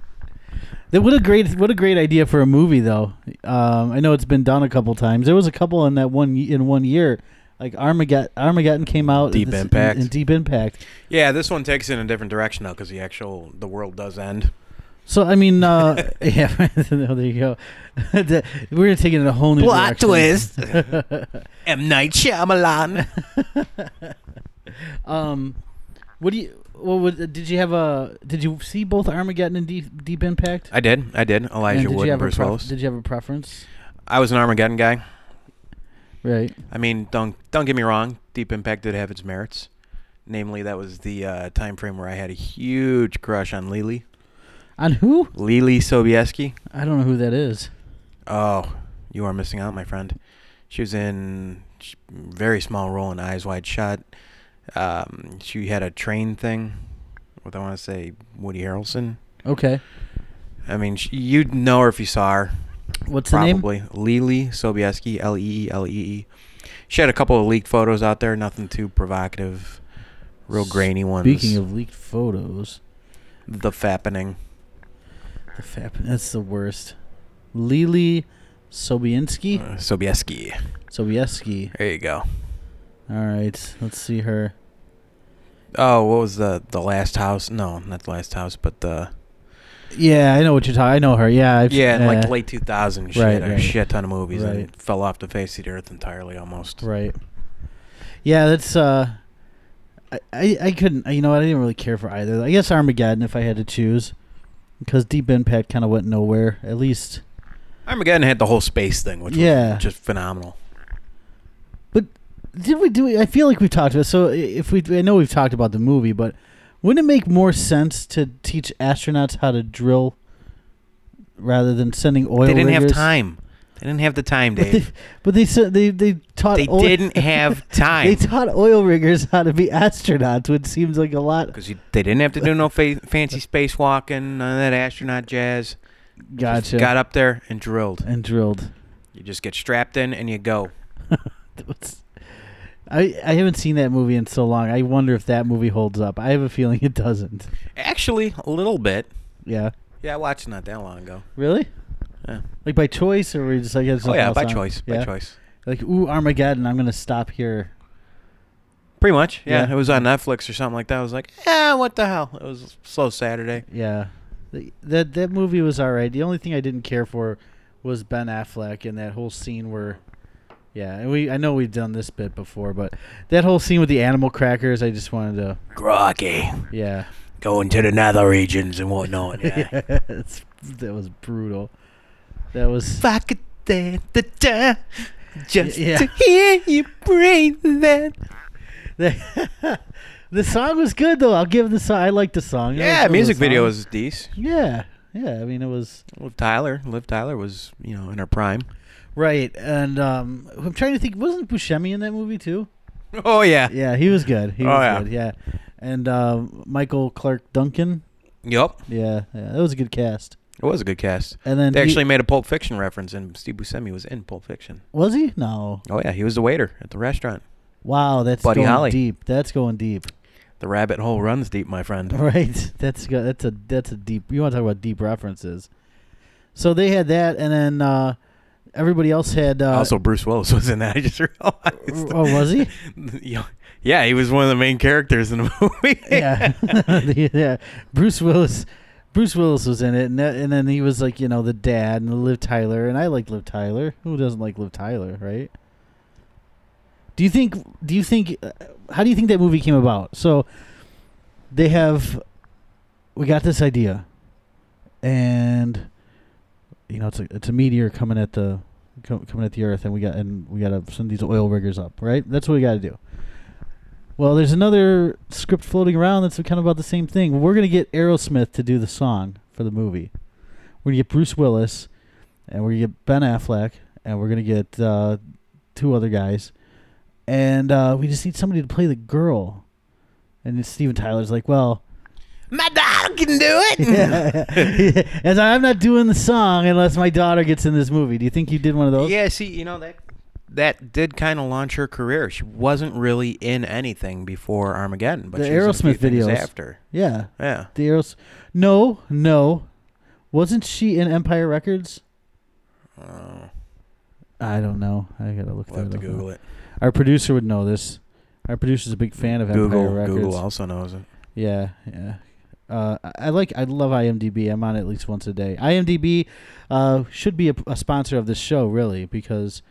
That what a great what a great idea for a movie though. Um, I know it's been done a couple times. There was a couple in that one y- in one year, like Armageddon. Armageddon came out.
Deep
in this-
Impact.
In, in Deep Impact.
Yeah, this one takes it in a different direction now because the actual the world does end.
So I mean, uh, yeah. no, there you go. The- We're gonna take it in a whole new
Plot
direction.
M Night Shyamalan.
Um, what do you? What would, did you have a? Did you see both Armageddon and Deep, Deep Impact?
I did, I did. Elijah
And did
Wood
you
and
have a
Bruce
pref-
Willis.
Did you have a preference?
I was an Armageddon guy.
Right.
I mean, don't don't get me wrong. Deep Impact did have its merits. Namely, that was the uh, time frame where I had a huge crush on Lily.
On who?
Lily Sobieski.
I don't know who that is.
Oh, you are missing out, my friend. She was in sh- very small role in Eyes Wide Shut. Um, she had a train thing with I want to say Woody Harrelson.
Okay.
I mean, sh you'd know her if you saw her.
What's the name?
Probably Lily Sobieski, L E E L E E. She had a couple of leaked photos out there, nothing too provocative, real grainy ones.
Speaking of leaked photos,
the fappening,
the fap. That's the worst. Lily Sobieski.
uh, Sobieski.
Sobieski.
There you go.
All right. Let's see her.
Oh, what was the the last house? No, not the last house, but the
Yeah, I know what you're talking. I know her. Yeah. I've,
yeah, in like
uh,
late two thousand, she
Right,
had a
right.
shit ton of movies and
Right.
fell off the face of the earth entirely, almost.
Right. Yeah, that's uh I, I I couldn't you know I didn't really care for either. I guess Armageddon if I had to choose because Deep Impact kind of went nowhere at least.
Armageddon had the whole space thing, which
Yeah.
was just phenomenal.
But did we do it? I feel like we've talked about so i- if we I know we've talked about the movie but wouldn't it make more sense to teach astronauts how to drill rather than sending oil
they didn't have
riggers?
time. They didn't have the time,
But they,
Dave.
but they said they they taught
They
oil-
didn't have time.
They taught oil riggers how to be astronauts, which seems like a lot.
Because they didn't have to do no fa- fancy spacewalking, none of that astronaut jazz.
Gotcha.
Just got up there and drilled.
and drilled.
You just get strapped in and you go.
It's- I I haven't seen that movie in so long. I wonder if that movie holds up. I have a feeling it doesn't.
Actually, a little bit.
Yeah.
Yeah, I watched it not that long ago.
Really?
Yeah.
Like by choice, or were you just like
Oh yeah, by choice. By choice.
Like ooh Armageddon, I'm gonna stop here.
Pretty much. Yeah,
Yeah.
it was on Netflix or something like that. I was like, eh, what the hell? It was a slow Saturday.
Yeah. Th- That that movie was all right. The only thing I didn't care for was Ben Affleck and that whole scene where. Yeah, and we I know we've done this bit before, but that whole scene with the animal crackers, I just wanted to.
Groggy.
Yeah.
Going to the nether regions and whatnot. Yeah.
That's- that was brutal. That was.
if I could dance the da, just
Yeah.
to hear you breathe that.
the song was good though. I'll give the song. I like the song. It
Yeah,
was- it
music
a
video
song.
was decent.
Yeah, yeah. I mean, it was
Liv Tyler. Liv Tyler was, you know, in her prime.
right. And um, I'm trying to think. Wasn't Buscemi in that movie too?
Oh yeah.
Yeah, he was good. He
Oh,
was
yeah.
good. Yeah, and um, Michael Clark Duncan.
Yep.
Yeah, yeah. That was a good cast.
It was a good cast.
And then E
They
he-
actually made a Pulp Fiction reference, and Steve Buscemi was in Pulp Fiction.
was he? No.
Oh yeah, he was the waiter at the restaurant.
Wow, that's
Buddy
going
Holly.
deep. That's going deep.
The rabbit hole runs deep, my friend.
Right. That's go- that's a that's a deep. You want to talk about deep references? So they had that, and then uh, everybody else had. Uh,
also, Bruce Willis was in that. I just realized.
oh, was he?
Yeah. yeah, he was one of the main characters in the movie.
yeah, yeah. Bruce Willis. Bruce Willis was in it, and, that, and then he was like, you know, the dad and the Liv Tyler, and I like Liv Tyler. Who doesn't like Liv Tyler, right? Do you think? Do you think? uh, How do you think that movie came about? So, they have, we got this idea, and, you know, it's a it's a meteor coming at the, co- coming at the Earth, and we got and we got to send these oil riggers up, right? That's what we got to do. Well, there's another script floating around that's kind of about the same thing. We're going to get Aerosmith to do the song for the movie. We're going to get Bruce Willis, and we're going to get Ben Affleck, and we're going to get uh, two other guys. And uh, we just need somebody to play the girl. And then Steven Tyler's like, well,
My dog can do it.
as I'm not doing the song unless my daughter gets in this movie. Do you think you did one of those?
Yeah, see, you know that that did kind of launch her career. She wasn't really in anything before Armageddon, but
The
she was in a
Aerosmith
few things
videos.
after.
Yeah.
Yeah,
The Aeros. No, no. Wasn't she in Empire Records?
oh,
I don't know. I gotta look
we'll have
that up.
to
now.
Google it.
Our producer would know this. Our producer's a big fan of Empire
Google
Records.
Google also knows it.
Yeah, yeah. Uh, I- I like. I love IMDb. I'm on it at least once a day. IMDb uh, should be a, a sponsor of this show, really, because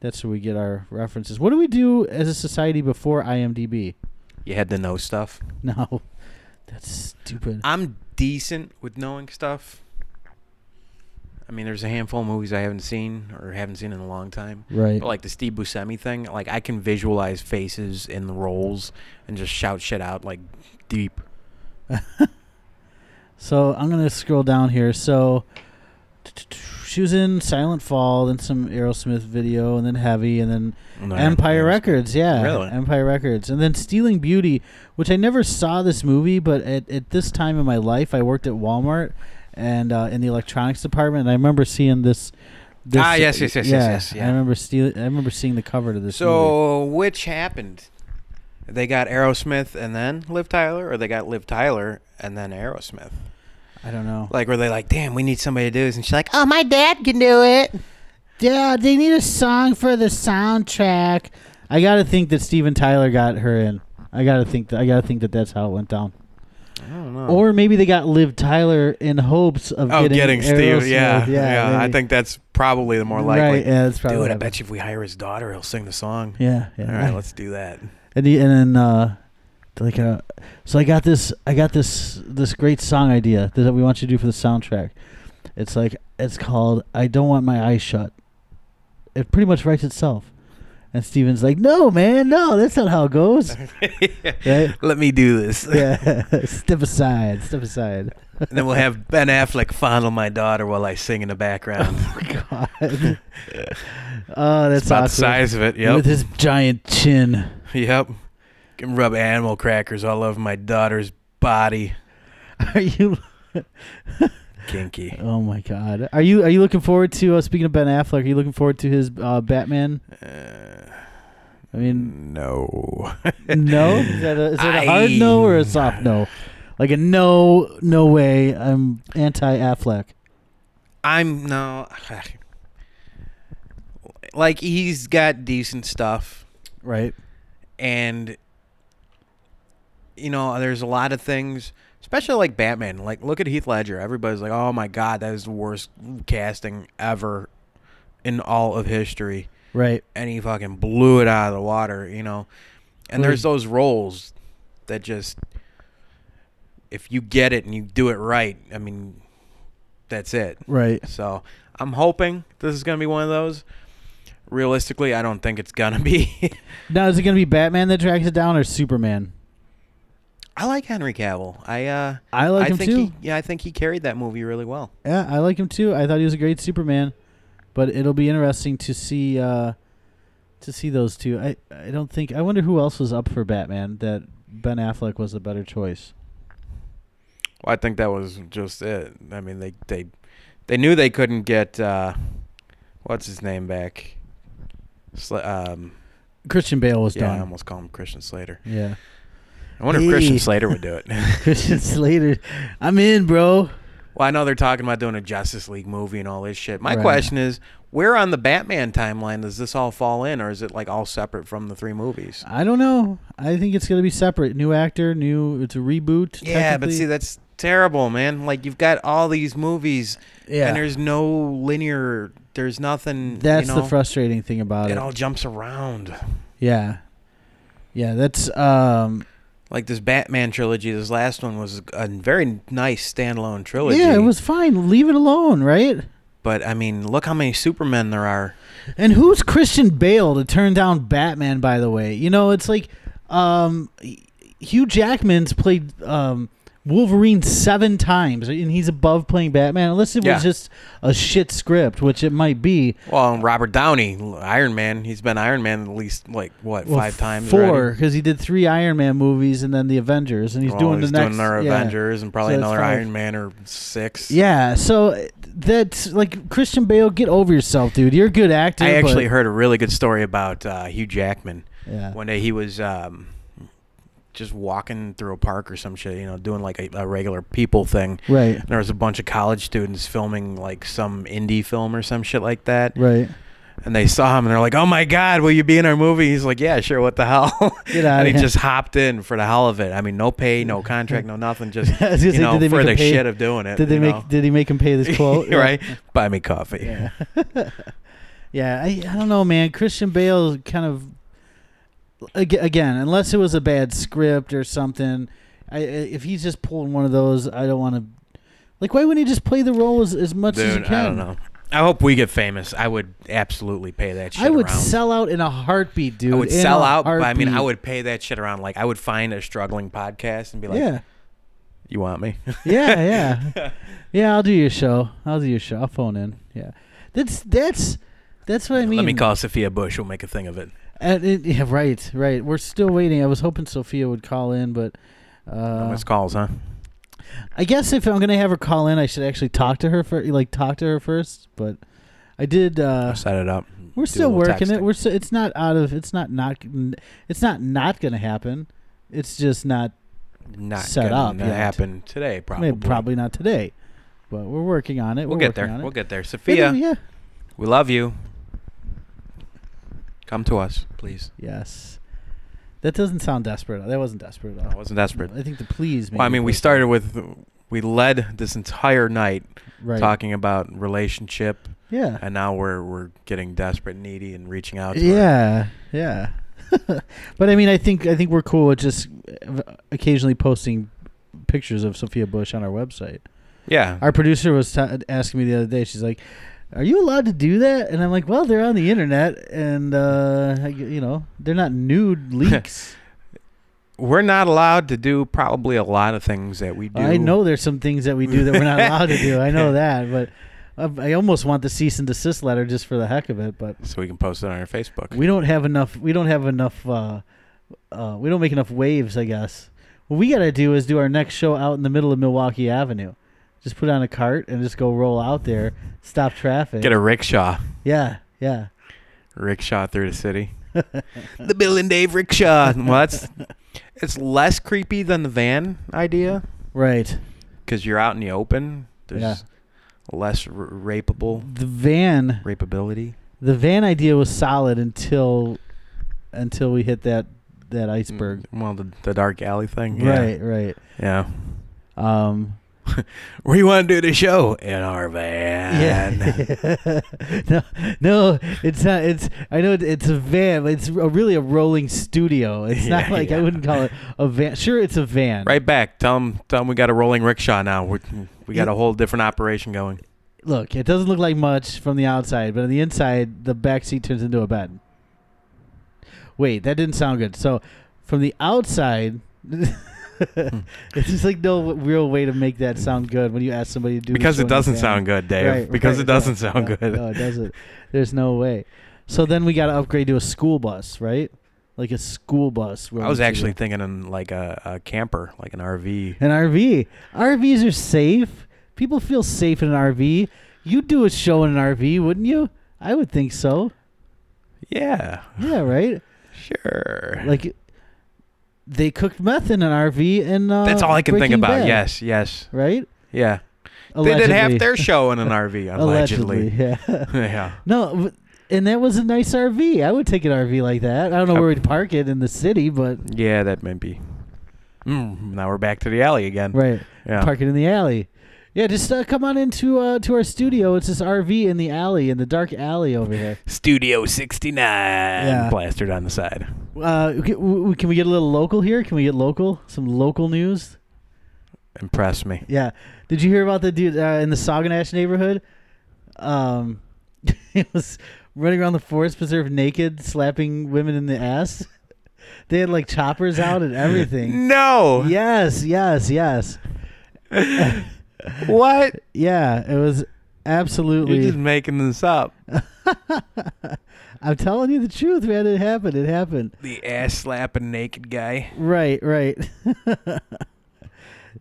that's where we get our references. What do we do as a society before IMDb?
You had to know stuff.
No, that's stupid.
I'm decent with knowing stuff. I mean, there's a handful of movies I haven't seen or haven't seen in a long time.
Right.
But like the Steve Buscemi thing, like I can visualize faces in the roles and just shout shit out like deep.
So I'm gonna scroll down here. So she was in Silent Fall, then some Aerosmith video, and then Heavy, and then
And I-
Empire
I was-
Records. Yeah,
Really?
Empire Records, and then Stealing Beauty, which I never saw this movie, but at, at this time in my life, I worked at Walmart and uh, in the electronics department, and I remember seeing this. this
Ah, yes, yes, yes, yes, yes,
I
yeah.
remember steal- I remember seeing the cover to this. movie.
So which happened? They got Aerosmith and then Liv Tyler, or they got Liv Tyler and then Aerosmith.
I don't know.
Like, were they like, damn, we need somebody to do this? And she's like, oh, my dad can do it.
Yeah, they need a song for the soundtrack. I gotta think that Steven Tyler got her in. I gotta think that I gotta think that that's how it went down.
I don't know.
Or maybe they got Liv Tyler in hopes of
oh,
getting,
getting, Steve.
Aerosmith.
Yeah, yeah. I
maybe.
think that's probably the more likely.
Right, yeah, that's probably.
Dude,
what
I
happened.
bet you if we hire his daughter, he'll sing the song.
Yeah,
All
yeah.
right, let's do that.
and, he, and then uh, they're like, uh, so I got this, I got this, this great song idea that we want you to do for the soundtrack. It's like it's called "I Don't Want My Eyes Shut." It pretty much writes itself. And Steven's like, "No, man, no, that's not how it goes." Right?
Let me do this.
Yeah, step aside, step aside.
And then we'll have Ben Affleck fondle my daughter while I sing in the background.
God. oh, that's
it's
awesome.
about the size of it. Yep.
With his giant chin.
Yep. Can rub animal crackers all over my daughter's body.
Are you?
Kinky.
Oh my God. Are you? Are you looking forward to? Uh, speaking of Ben Affleck, are you looking forward to his uh, Batman?
Uh,
I mean,
no.
no. Is that a, is that a hard
I-
no or a soft no? Like a no, no way. I'm anti Affleck.
I'm no. Like he's got decent stuff,
Right.
and you know, there's a lot of things, especially like Batman. Like look at Heath Ledger. Everybody's like, "Oh my God, that is the worst casting ever in all of history,"
Right.
and he fucking blew it out of the water. You know, and there's
Right.
those roles that just, if you get it and you do it right, I mean, that's it.
Right.
So I'm hoping this is going to be one of those. Realistically, I don't think it's going to be.
Now is it gonna be Batman that tracks it down or Superman?
I like Henry Cavill. I uh,
I like him
think
too.
He, yeah, I think he carried that movie really well.
Yeah, I like him too. I thought he was a great Superman, but it'll be interesting to see uh, to see those two. I I don't think I wonder who else was up for Batman that Ben Affleck was the better choice.
Well, I think that was just it. I mean, they they they knew they couldn't get uh, what's his name back. Sla- um,
Christian Bale was
yeah, I
done.
almost call him Christian Slater.
Yeah,
I wonder if Christian
Hey.
Slater would do it.
Christian Slater, I'm in, bro.
Well, I know they're talking about doing a Justice League movie and all this shit. My
Right.
question is, where on the Batman timeline does this all fall in, or is it like all separate from the three movies?
I don't know. I think it's gonna be separate. New actor, new. It's a reboot.
Yeah, but
technically.
see, that's terrible, man. Like you've got all these movies,
yeah,
and there's no linear. There's nothing.
that's
you
the
know,
frustrating thing about
It
it.
all jumps around.
Yeah, yeah. That's um.
Like this Batman trilogy. This last one was a very nice standalone trilogy.
Yeah, it was fine. Leave it alone, right?
But I mean, look how many Supermen there are.
And who's Christian Bale to turn down Batman? By the way, you know it's like um, Hugh Jackman's played um, Wolverine seven times, and he's above playing Batman. Unless it
Yeah.
was just a shit script, which it might be.
Well, and Robert Downey, Iron Man. He's been Iron Man at least like what
Well,
five times.
four,
already?
because he did three Iron Man movies and then the Avengers, and he's
Well,
doing
Oh, he's
the next.
doing another
yeah.
Avengers and probably
So that's
another
five.
Iron Man or six.
Yeah, so that's like Christian Bale, get over yourself, dude. You're a good actor.
I actually
but-
heard a really good story about uh, Hugh Jackman.
Yeah.
One day he was um, just walking through a park or some shit, you know, doing like a, a regular people thing.
Right,
And there was a bunch of college students filming like some indie film or some shit like that.
right.
And they saw him and they're like, "Oh my God, will you be in our movie?" He's like, "Yeah, sure. What the hell?"
Get outta
and he
here.
just hopped in for the hell of it. I mean, no pay, no contract, no nothing. Just
I was gonna
you
say,
know,
did they
for
make
the
him pay-
shit of doing it.
Did they
you
make?
know?
Did he make him pay this quote? Yeah.
right? Buy me coffee.
Yeah. yeah, I, I don't know, man. Christian Bale kind of aga- again, unless it was a bad script or something. I, I- if he's just pulling one of those, I don't want to Like, why wouldn't he just play the role as, as much as he
Dude,
can?
I don't know. I hope we get famous. I would absolutely pay that shit
I would
around.
sell out in a heartbeat, dude.
I would
in
sell
a
out, but I mean, I
heartbeat.
would pay that shit around. Like, I would find a struggling podcast and be like,
Yeah,
you want me?
yeah, yeah, yeah. I'll do your show. I'll do your show. I'll phone in. Yeah, that's that's that's what I mean.
Let me call Sophia Bush. We'll make a thing of it.
And it, yeah, right, right. We're still waiting. I was hoping Sophia would call in, but
No
uh,
missed calls, huh?
I guess if I'm gonna have her call in, I should actually talk to her for like talk to her first. But I did. Uh,
Set it up.
we're
Do a
still
little
working it.
texting.
We're so, it's not out of it's not not it's not not gonna happen. It's just not
Not
set
gonna
up yet.
happen today, probably.
probably, probably not today, but we're working on it.
We'll
We're
get
working
there.
on it.
We'll get there.
Yeah,
Sophia,
yeah.
we love you. Come to us, please.
Yes. That doesn't sound desperate. That wasn't desperate at all.
I wasn't desperate.
I think the please.
Well, I
maybe
mean, we
was-
started with we led this entire night
right.
talking about relationship,
Yeah.
and now we're we're getting desperate, needy, and reaching out. To her.
Yeah, yeah. but I mean, I think I think we're cool with just uh, occasionally posting pictures of Sophia Bush on our website.
yeah.
Our producer was ta asking me the other day. She's like, "Are you allowed to do that?" And I'm like, "Well, they're on the internet, and uh, I g- you know, they're not nude leaks.
we're not allowed to do probably a lot of things that we do.
I know there's some things that we do that we're not allowed to do. I know that, but." uh, I I almost want the cease and desist letter just for the heck of it, but
so we can post it on our Facebook.
We don't have enough. We don't have enough. Uh, uh, we don't make enough waves. I guess what we gotta do is do our next show out in the middle of Milwaukee Avenue. Just put on a cart and just go roll out there, stop traffic.
Get a rickshaw,
yeah, yeah.
rickshaw through the city. the Bill and Dave rickshaw. Well, that's it's less creepy than the van idea
Right.
because you're out in the open. There's
Yeah.
less r- rapeable,
The van.
rapeability.
The van idea was solid until, until we hit that that iceberg.
Mm. Well, the, the dark alley thing. Mm-hmm. Yeah.
Right. Right.
Yeah.
Um.
We want to do the show in our van.
Yeah. no, no, it's uh, not. It's I know it, it's a van, but it's a, really a rolling studio. It's not
Yeah,
like I
yeah.
wouldn't call it a van. Sure, it's a van.
Right back. Tell them, we got a rolling rickshaw now. We, we got
Yeah.
a whole different operation going.
Look, it doesn't look like much from the outside, but on the inside, the back seat turns into a bed. Wait, that didn't sound good. So, from the outside.
Hmm.
it's just like no real way to make that sound good when you ask somebody to do the
Because
show
it
in the
doesn't
van.
sound good, Dave.
Right,
because
right,
it doesn't
no,
sound
no,
good.
No, it doesn't. There's no way. So then we got to upgrade to a school bus, right? Like a school bus. where
I
we
was
could-
actually thinking in like a, a camper, like an RV.
an RV. RVs are safe. People feel safe in an RV. You'd do a show in an RV, wouldn't you? I would think so.
Yeah,
Yeah, right.
sure.
Like they cooked meth in an RV, and uh,
That's all I can think
Breaking
about.
Bad,
Yes, yes,
right.
yeah. They did
Allegedly.
half their show in an RV,
allegedly.
allegedly.
Yeah.
yeah.
No, w- and that was a nice RV. I would take an RV like that. I don't know
Yep.
where we'd park it in the city, but
Yeah, that might be. Mm, now we're back to the alley again.
right,
Yeah.
park it in the alley. Yeah, just uh, come on into uh, to our studio. It's this RV in the alley, in the dark alley over here.
Studio 69
Yeah.
plastered on the side.
Uh, okay, w- w- can we get a little local here? Can we get local? Some local news?
Impress me.
Yeah. Did you hear about the dude uh, in the Sauganash neighborhood? Um, it was running around the forest preserve naked, slapping women in the ass. they had like choppers out and everything.
No.
Yes, yes, yes.
What?
Yeah, it was
You're just
absolutely.
making this up.
I'm telling you the truth, man. It happened. It happened.
The ass slapping naked guy.
Right, right.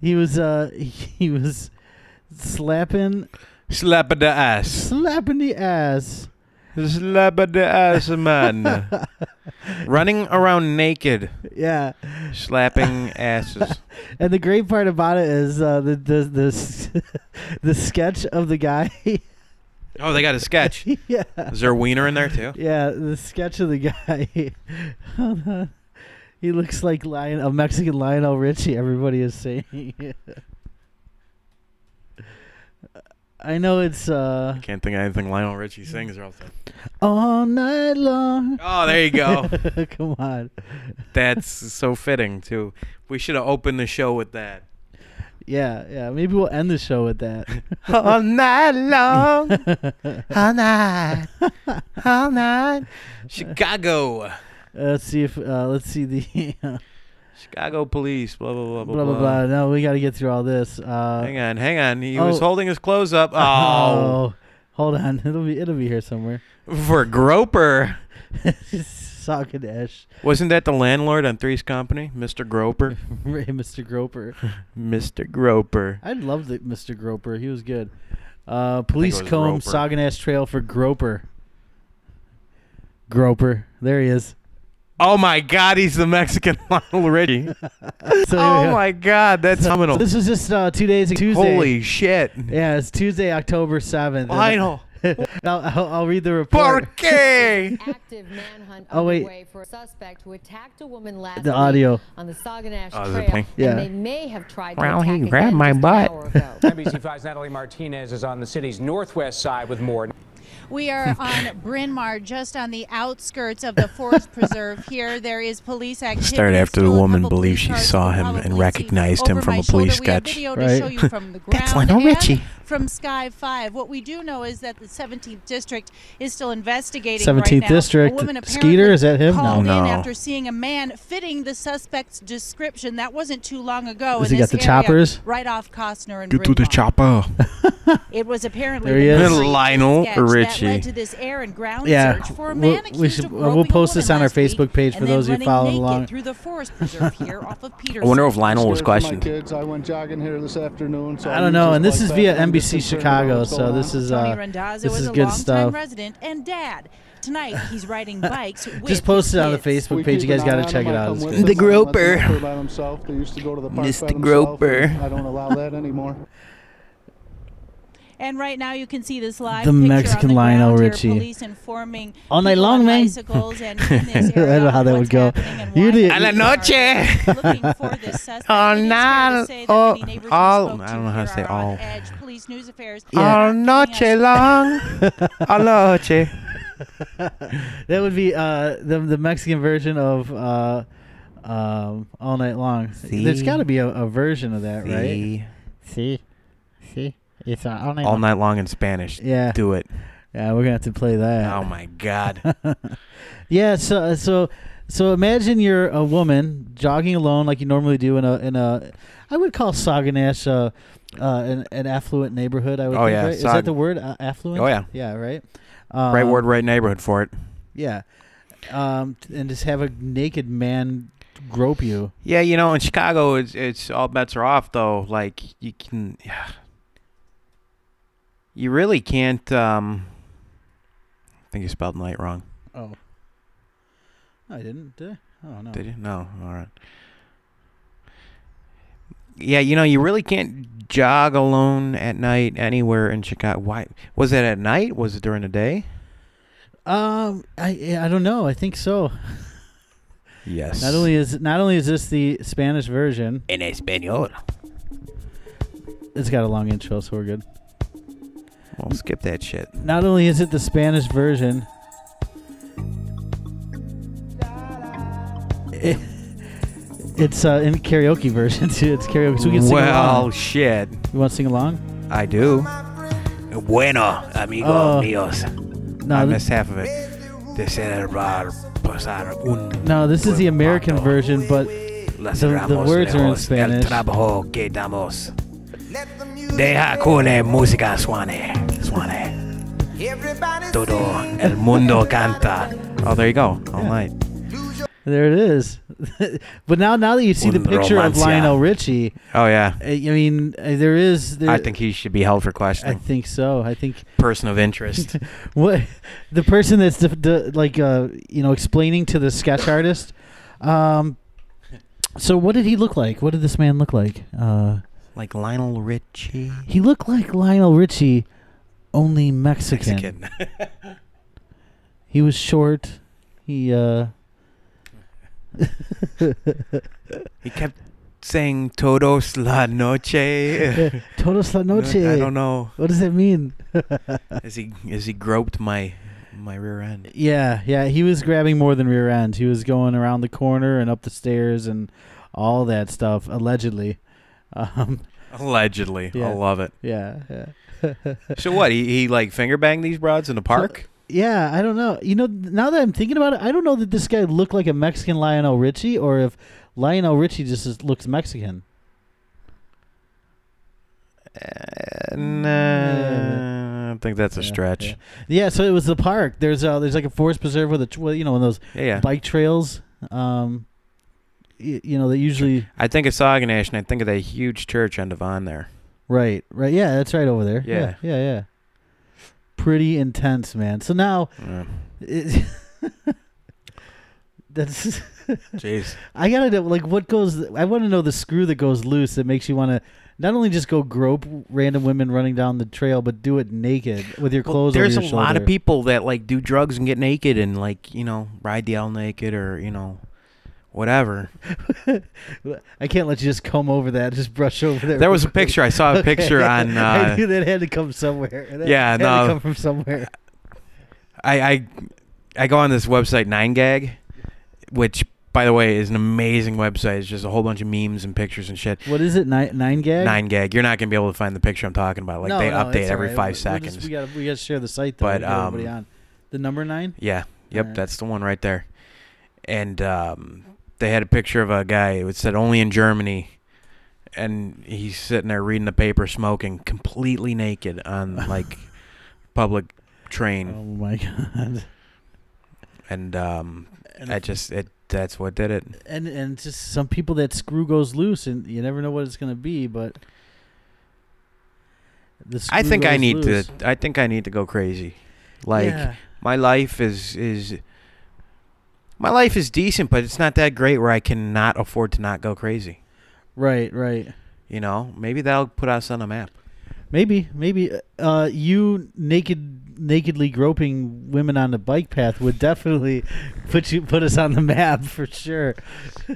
he was, uh, he was slapping,
Slapping the ass.
slapping the ass.
Slapping the ass, man. Running around naked,
Yeah.
slapping asses.
And the great part about it is uh, the the the s- the sketch of the guy.
Oh, they got a sketch.
yeah.
Is there a wiener in there too?
Yeah, the sketch of the guy. Hold on. He looks like lion, a Mexican Lionel Richie. Everybody is saying. I know it's uh,
Can't think of anything Lionel Richie sings or else.
all night long.
Oh, there you go.
Come on,
That's so fitting too. We should have opened the show with that.
Yeah, yeah. Maybe we'll end the show with that.
all night long, all night, all night. Chicago,
let's see if uh, let's see the blah,
Chicago police. Blah blah blah blah
blah blah No, we got to get through all this. Uh,
Hang on, hang on. He was
Oh.
holding his clothes up. Oh,
hold on. It'll be it'll be here somewhere.
for Groper.
Sockadash,
Wasn't that the landlord on Three's Company, Mr. Groper?
Ray, Mr. Groper.
Mr. Groper.
I loved it, Mr. Groper. He was good. Uh, police
was
comb
Roper.
Sockadash Trail for Groper. Groper, there he is.
Oh my God, he's the Mexican Lionel Richie.
So,
oh
yeah.
my God, that's
So
nominal.
this was just uh, two days. Tuesday.
Holy shit,
Yeah, it's Tuesday, October seventh.
Lionel.
I'll, I'll, I'll read the report.
Por qué?
active manhunt
Oh, wait.
underway for a suspect who attacked a woman last
The
week
audio.
on the Saguenash
Oh, is it
Trail.
playing?
Yeah.
And they may have tried to
Well, he
attack again
grabbed my
just an
butt.
hour ago.
NBC5's Natalie Martinez is on the city's northwest side with more.
We are on Bryn Mawr, just on the outskirts of the forest preserve. Here, there is police activity.
Start after the
Still a
woman
couple police
believes she
cars
saw
you
him
probably
and
see
recognized him
over
from
my
a police
shoulder. We have
sketch.
video
Right.
to show you from the
That's
ground
Lionel
and
Richie.
From Sky 5. What we do know is that the 17th district is still investigating.
17th
right now.
district.
A woman apparently
Skeeter, is that him?
Called
No.
in
No.
after seeing a man fitting the suspect's description. That wasn't too long ago.
Has
in
he got
this
the
area,
choppers?
Right off Costner and
Get to
Bryn
the
Mawr.
chopper.
It was apparently
There he
the
is.
mystery
Lionel
sketch that
Richie.
led to this air and ground
Yeah,
search for a
we'll-
man
we
accused
should-
of
uh, we'll
groping a
post this
woman
on our
last week
Facebook page
and
for
then
those of you
running
following
naked
along.
Through the forest preserve here off of
I
uh,
wonder if
Peterson.
Lionel was
scared for my
questioned.
kids. I went jogging here this afternoon. So
I don't know,
usually
and this
like
is
that.
via
I'm just
NBC
concerned about
Chicago,
what's
so
going
this
on.
is
Tony
uh,
Rendazzo
this is
a
good
longtime
stuff.
resident and dad. Tonight he's riding bikes. With
Just posted on the
kids.
Facebook
We
page. You
keep
guys
an
got
eye
to
on
check
him.
it
I
out.
come
It's
with
good.
them.
The
I let them
Groper.
out there by themselves. They used to go to the park by
Mr.
themselves, and
Groper.
I don't allow that anymore.
And right now you can see this live
The
picture
Mexican
on the
Lionel
ground here,
Richie.
Police informing
All night
people on
long, man.
bicycles and in this
I don't
area
know how that
what's
would go.
happening and
You
why
did-
they
A la
are
noche.
looking for this suspect.
All
It is fair to
night.
say that
Oh,
many neighbors we
all-
spoke
I don't know how to
here
say
are on
all.
edge. Police news affairs
Yeah.
are
All
giving
noche
us
long. All noche.
That would be uh, the the Mexican version of uh, um, all night long. There's
Sí.
got to be a, a version of that, right? See, see, it's uh, all night.
All night long in Spanish.
Yeah.
Do it.
Yeah, we're gonna have to play that.
Oh my
Uh-huh.
God.
Yeah, so uh, so so imagine you're a woman jogging alone like you normally do in a in a I would call Saganash uh, uh, an, an affluent neighborhood. I would.
Oh,
think,
yeah,
right? is
Sag-
that the word uh, affluent?
Oh, yeah.
yeah, right. Um,
right word, right neighborhood for it.
Yeah, um, t- and just have a naked man grope you.
Yeah, you know, in Chicago, it's it's all bets are off though. Like you can, you really can't. Um, I think you spelled night wrong.
Oh, no, I didn't. Did I? Oh no.
Did you? No. All right. Yeah, you know, you really can't jog alone at night anywhere in Chicago. Why was it at night? Was it during the day?
Um, I yeah, I don't know. I think so.
Yes.
Not only is not only is this the Spanish version,
in español.
it's got a long intro, so we're good.
Well, skip that shit.
Not only is it the Spanish version, it, it's uh, in karaoke version too. It's karaoke, so we can sing
well,
along.
shit.
You want to sing along?
I do. Bueno, amigos
Oh.
míos.
No,
I
th-
missed half of it. Desear pasar un
no. This is the American
rato.
version, but
Las
the- the
ramos
words are in
lejos del
Spanish.
trabajo que damos. Deja que la música suene, suene. Todo el mundo canta. Oh, there you go. All night.
there it is. but now, now that you see the
Un
picture of
romance, yeah.
Lionel Richie,
Oh yeah.
I, I mean, uh, there is. There,
I think he should be held for
I
questioning.
think so. I think
Person of interest.
what the person that's the, the, like uh you know explaining to the sketch artist um so what did he look like what did this man look like uh
like Lionel Richie.
he looked like lionel richie only mexican,
Mexican.
he was short he uh
he kept saying todos la noche.
todos la noche
I don't know.
what does that mean
As he as he groped my my rear end.
yeah yeah he was grabbing more than rear end he was going around the corner and up the stairs and all that stuff allegedly um
Allegedly,
Yeah.
I love it.
Yeah, yeah.
So what? He, he like finger banged these broads in the park.
Yeah, I don't know. You know, th- now that I'm thinking about it, I don't know that this guy looked like a Mexican Lionel Richie or if Lionel Richie just is, looks Mexican.
Uh, nah, I think that's a
Yeah,
stretch.
Yeah. Yeah, so it was the park. There's uh, there's like a forest preserve with a tr- well, you know, one of those
Yeah, yeah.
bike trails. Um, y- you know, they usually
I think of Saguenash and I think of that huge church on Devon there.
right, right. Yeah, that's right over there.
Yeah.
yeah, yeah. yeah. Pretty intense, man. So now,
Yeah.
it, that's
Jeez.
I gotta know, like what goes. I want to know the screw that goes loose that makes you want to not only just go grope random women running down the trail, but do it naked with your
Well,
clothes.
there's
over your
a lot of
shoulder.
people that like do drugs and get naked and like you know ride the L naked or you know whatever.
I can't let you just comb over that. Just brush over that.
There was a picture. I saw a picture on.
I
Uh,
knew that had to come somewhere. That
Yeah,
had
no.
to come from somewhere.
I, I I go on this website Nine Gag, which by the way is an amazing website. It's just a whole bunch of memes and pictures and shit.
What is it? Nine, nine gag.
Nine Gag. You're not gonna be able to find the picture I'm talking about. Like
No,
they
no,
update
it's all
every
right.
5
We're just-
seconds.
we gotta we gotta share the site though.
But,
But everybody
um,
on the number nine.
yeah. Yep.
Alright.
That's the one right there. And um, they had a picture of a guy. It said only in Germany. And he's sitting there reading the paper, smoking, completely naked on like public train.
Oh my god.
And um,
And
I just it that's what did it.
and and just some people that screw goes loose and you never know what it's gonna be but the
I
screw
think I
goes
need
loose.
to. I think I need to go crazy. Like
Yeah.
my life is is my life is decent, but it's not that great where I cannot afford to not go crazy.
right right
You know, maybe that'll put us on a map.
maybe maybe uh you naked nakedly groping women on the bike path would definitely put you put us on the map for sure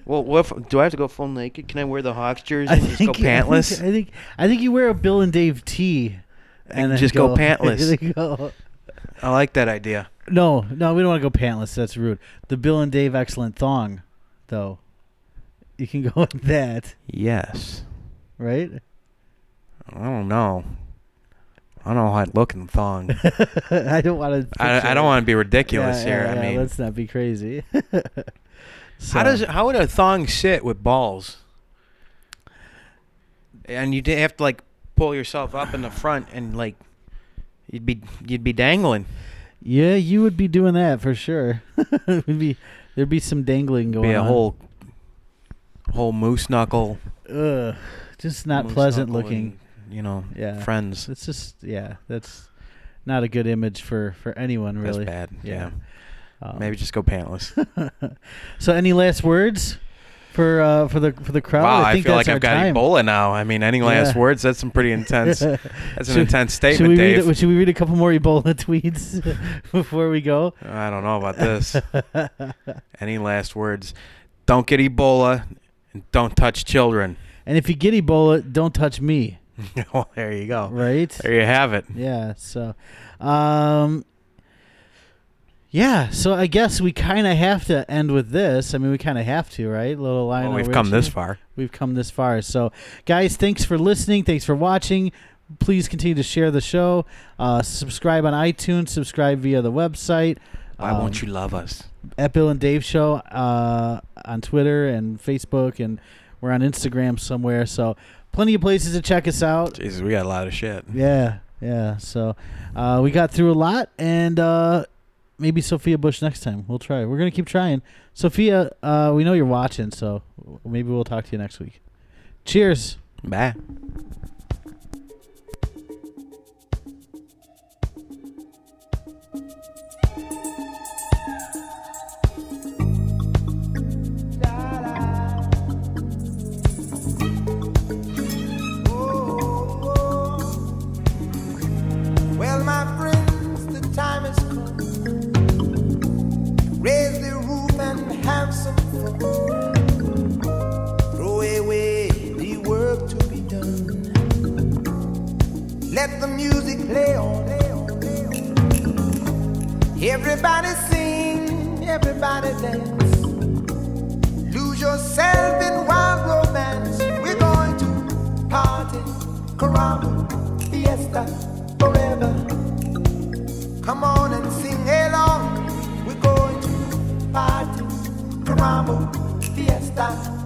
Well, what if, do I have to go full naked? Can I wear the Hawks jersey
I
and just go
I
pantless?
think, I think I think you wear a Bill and Dave tee and then
just go pantless.
There you go.
I like that idea.
No, no, we don't want to go pantless. That's rude. The Bill and Dave excellent thong, though. You can go with that,
Yes.
right?
I don't know. I don't know how I'd look in thong.
I don't want to.
I, I don't want to be ridiculous here. I mean,
let's not be crazy.
How
So-
does how would a thong sit with balls? And you'd have to like pull yourself up in the front and like you'd be you'd be dangling.
Yeah, you would be doing that for sure. it would be there'd be some dangling going
be a
on.
whole whole moose knuckle.
Ugh, just not
moose
pleasant
knuckle
looking.
and, you know,
Yeah.
friends.
It's just yeah, that's not a good image for for anyone really.
That's bad.
Yeah.
Yeah.
Um,
Maybe just go pantless.
So, any last words for uh, for the for the crowd?
wow, I,
think
feel
that's
like
our
I've got
time.
Ebola now. I mean, any last
Yeah.
words? That's some pretty intense. That's an
Should-
intense
should we
statement,
read?
Dave.
a- Should we read a couple more Ebola tweets before we go?
I don't know about this. Any last words? Don't get Ebola and don't touch children.
And if you get Ebola, don't touch me.
well, there you go.
Right?
There you have it.
Yeah. So, um, yeah. So I guess we kind of have to end with this. I mean, we kind of have to, right? Little line.
Well, we've come this far.
we've come this far. So, guys, thanks for listening. Thanks for watching. Please continue to share the show. Uh, subscribe on iTunes. Subscribe via the website.
Why
Um,
won't you love us?
at Bill and Dave Show uh, on Twitter and Facebook, and we're on Instagram somewhere. So, plenty of places to check us out.
Jesus, we got a lot of shit.
Yeah, yeah. So, uh, we got through a lot, and uh, maybe Sophia Bush next time. We'll try. We're gonna keep trying. Sophia, uh, we know you're watching, so maybe we'll talk to you next week. Cheers.
Bye.
Well, my friends, the time has come. Raise the roof and have some fun. Throw away the work to be done. Let the music play on. play on, play on. Everybody sing, everybody dance. Lose yourself in wild romance. We're going to party forever, forever. Come on and sing along. We're going to party, caramba, fiesta.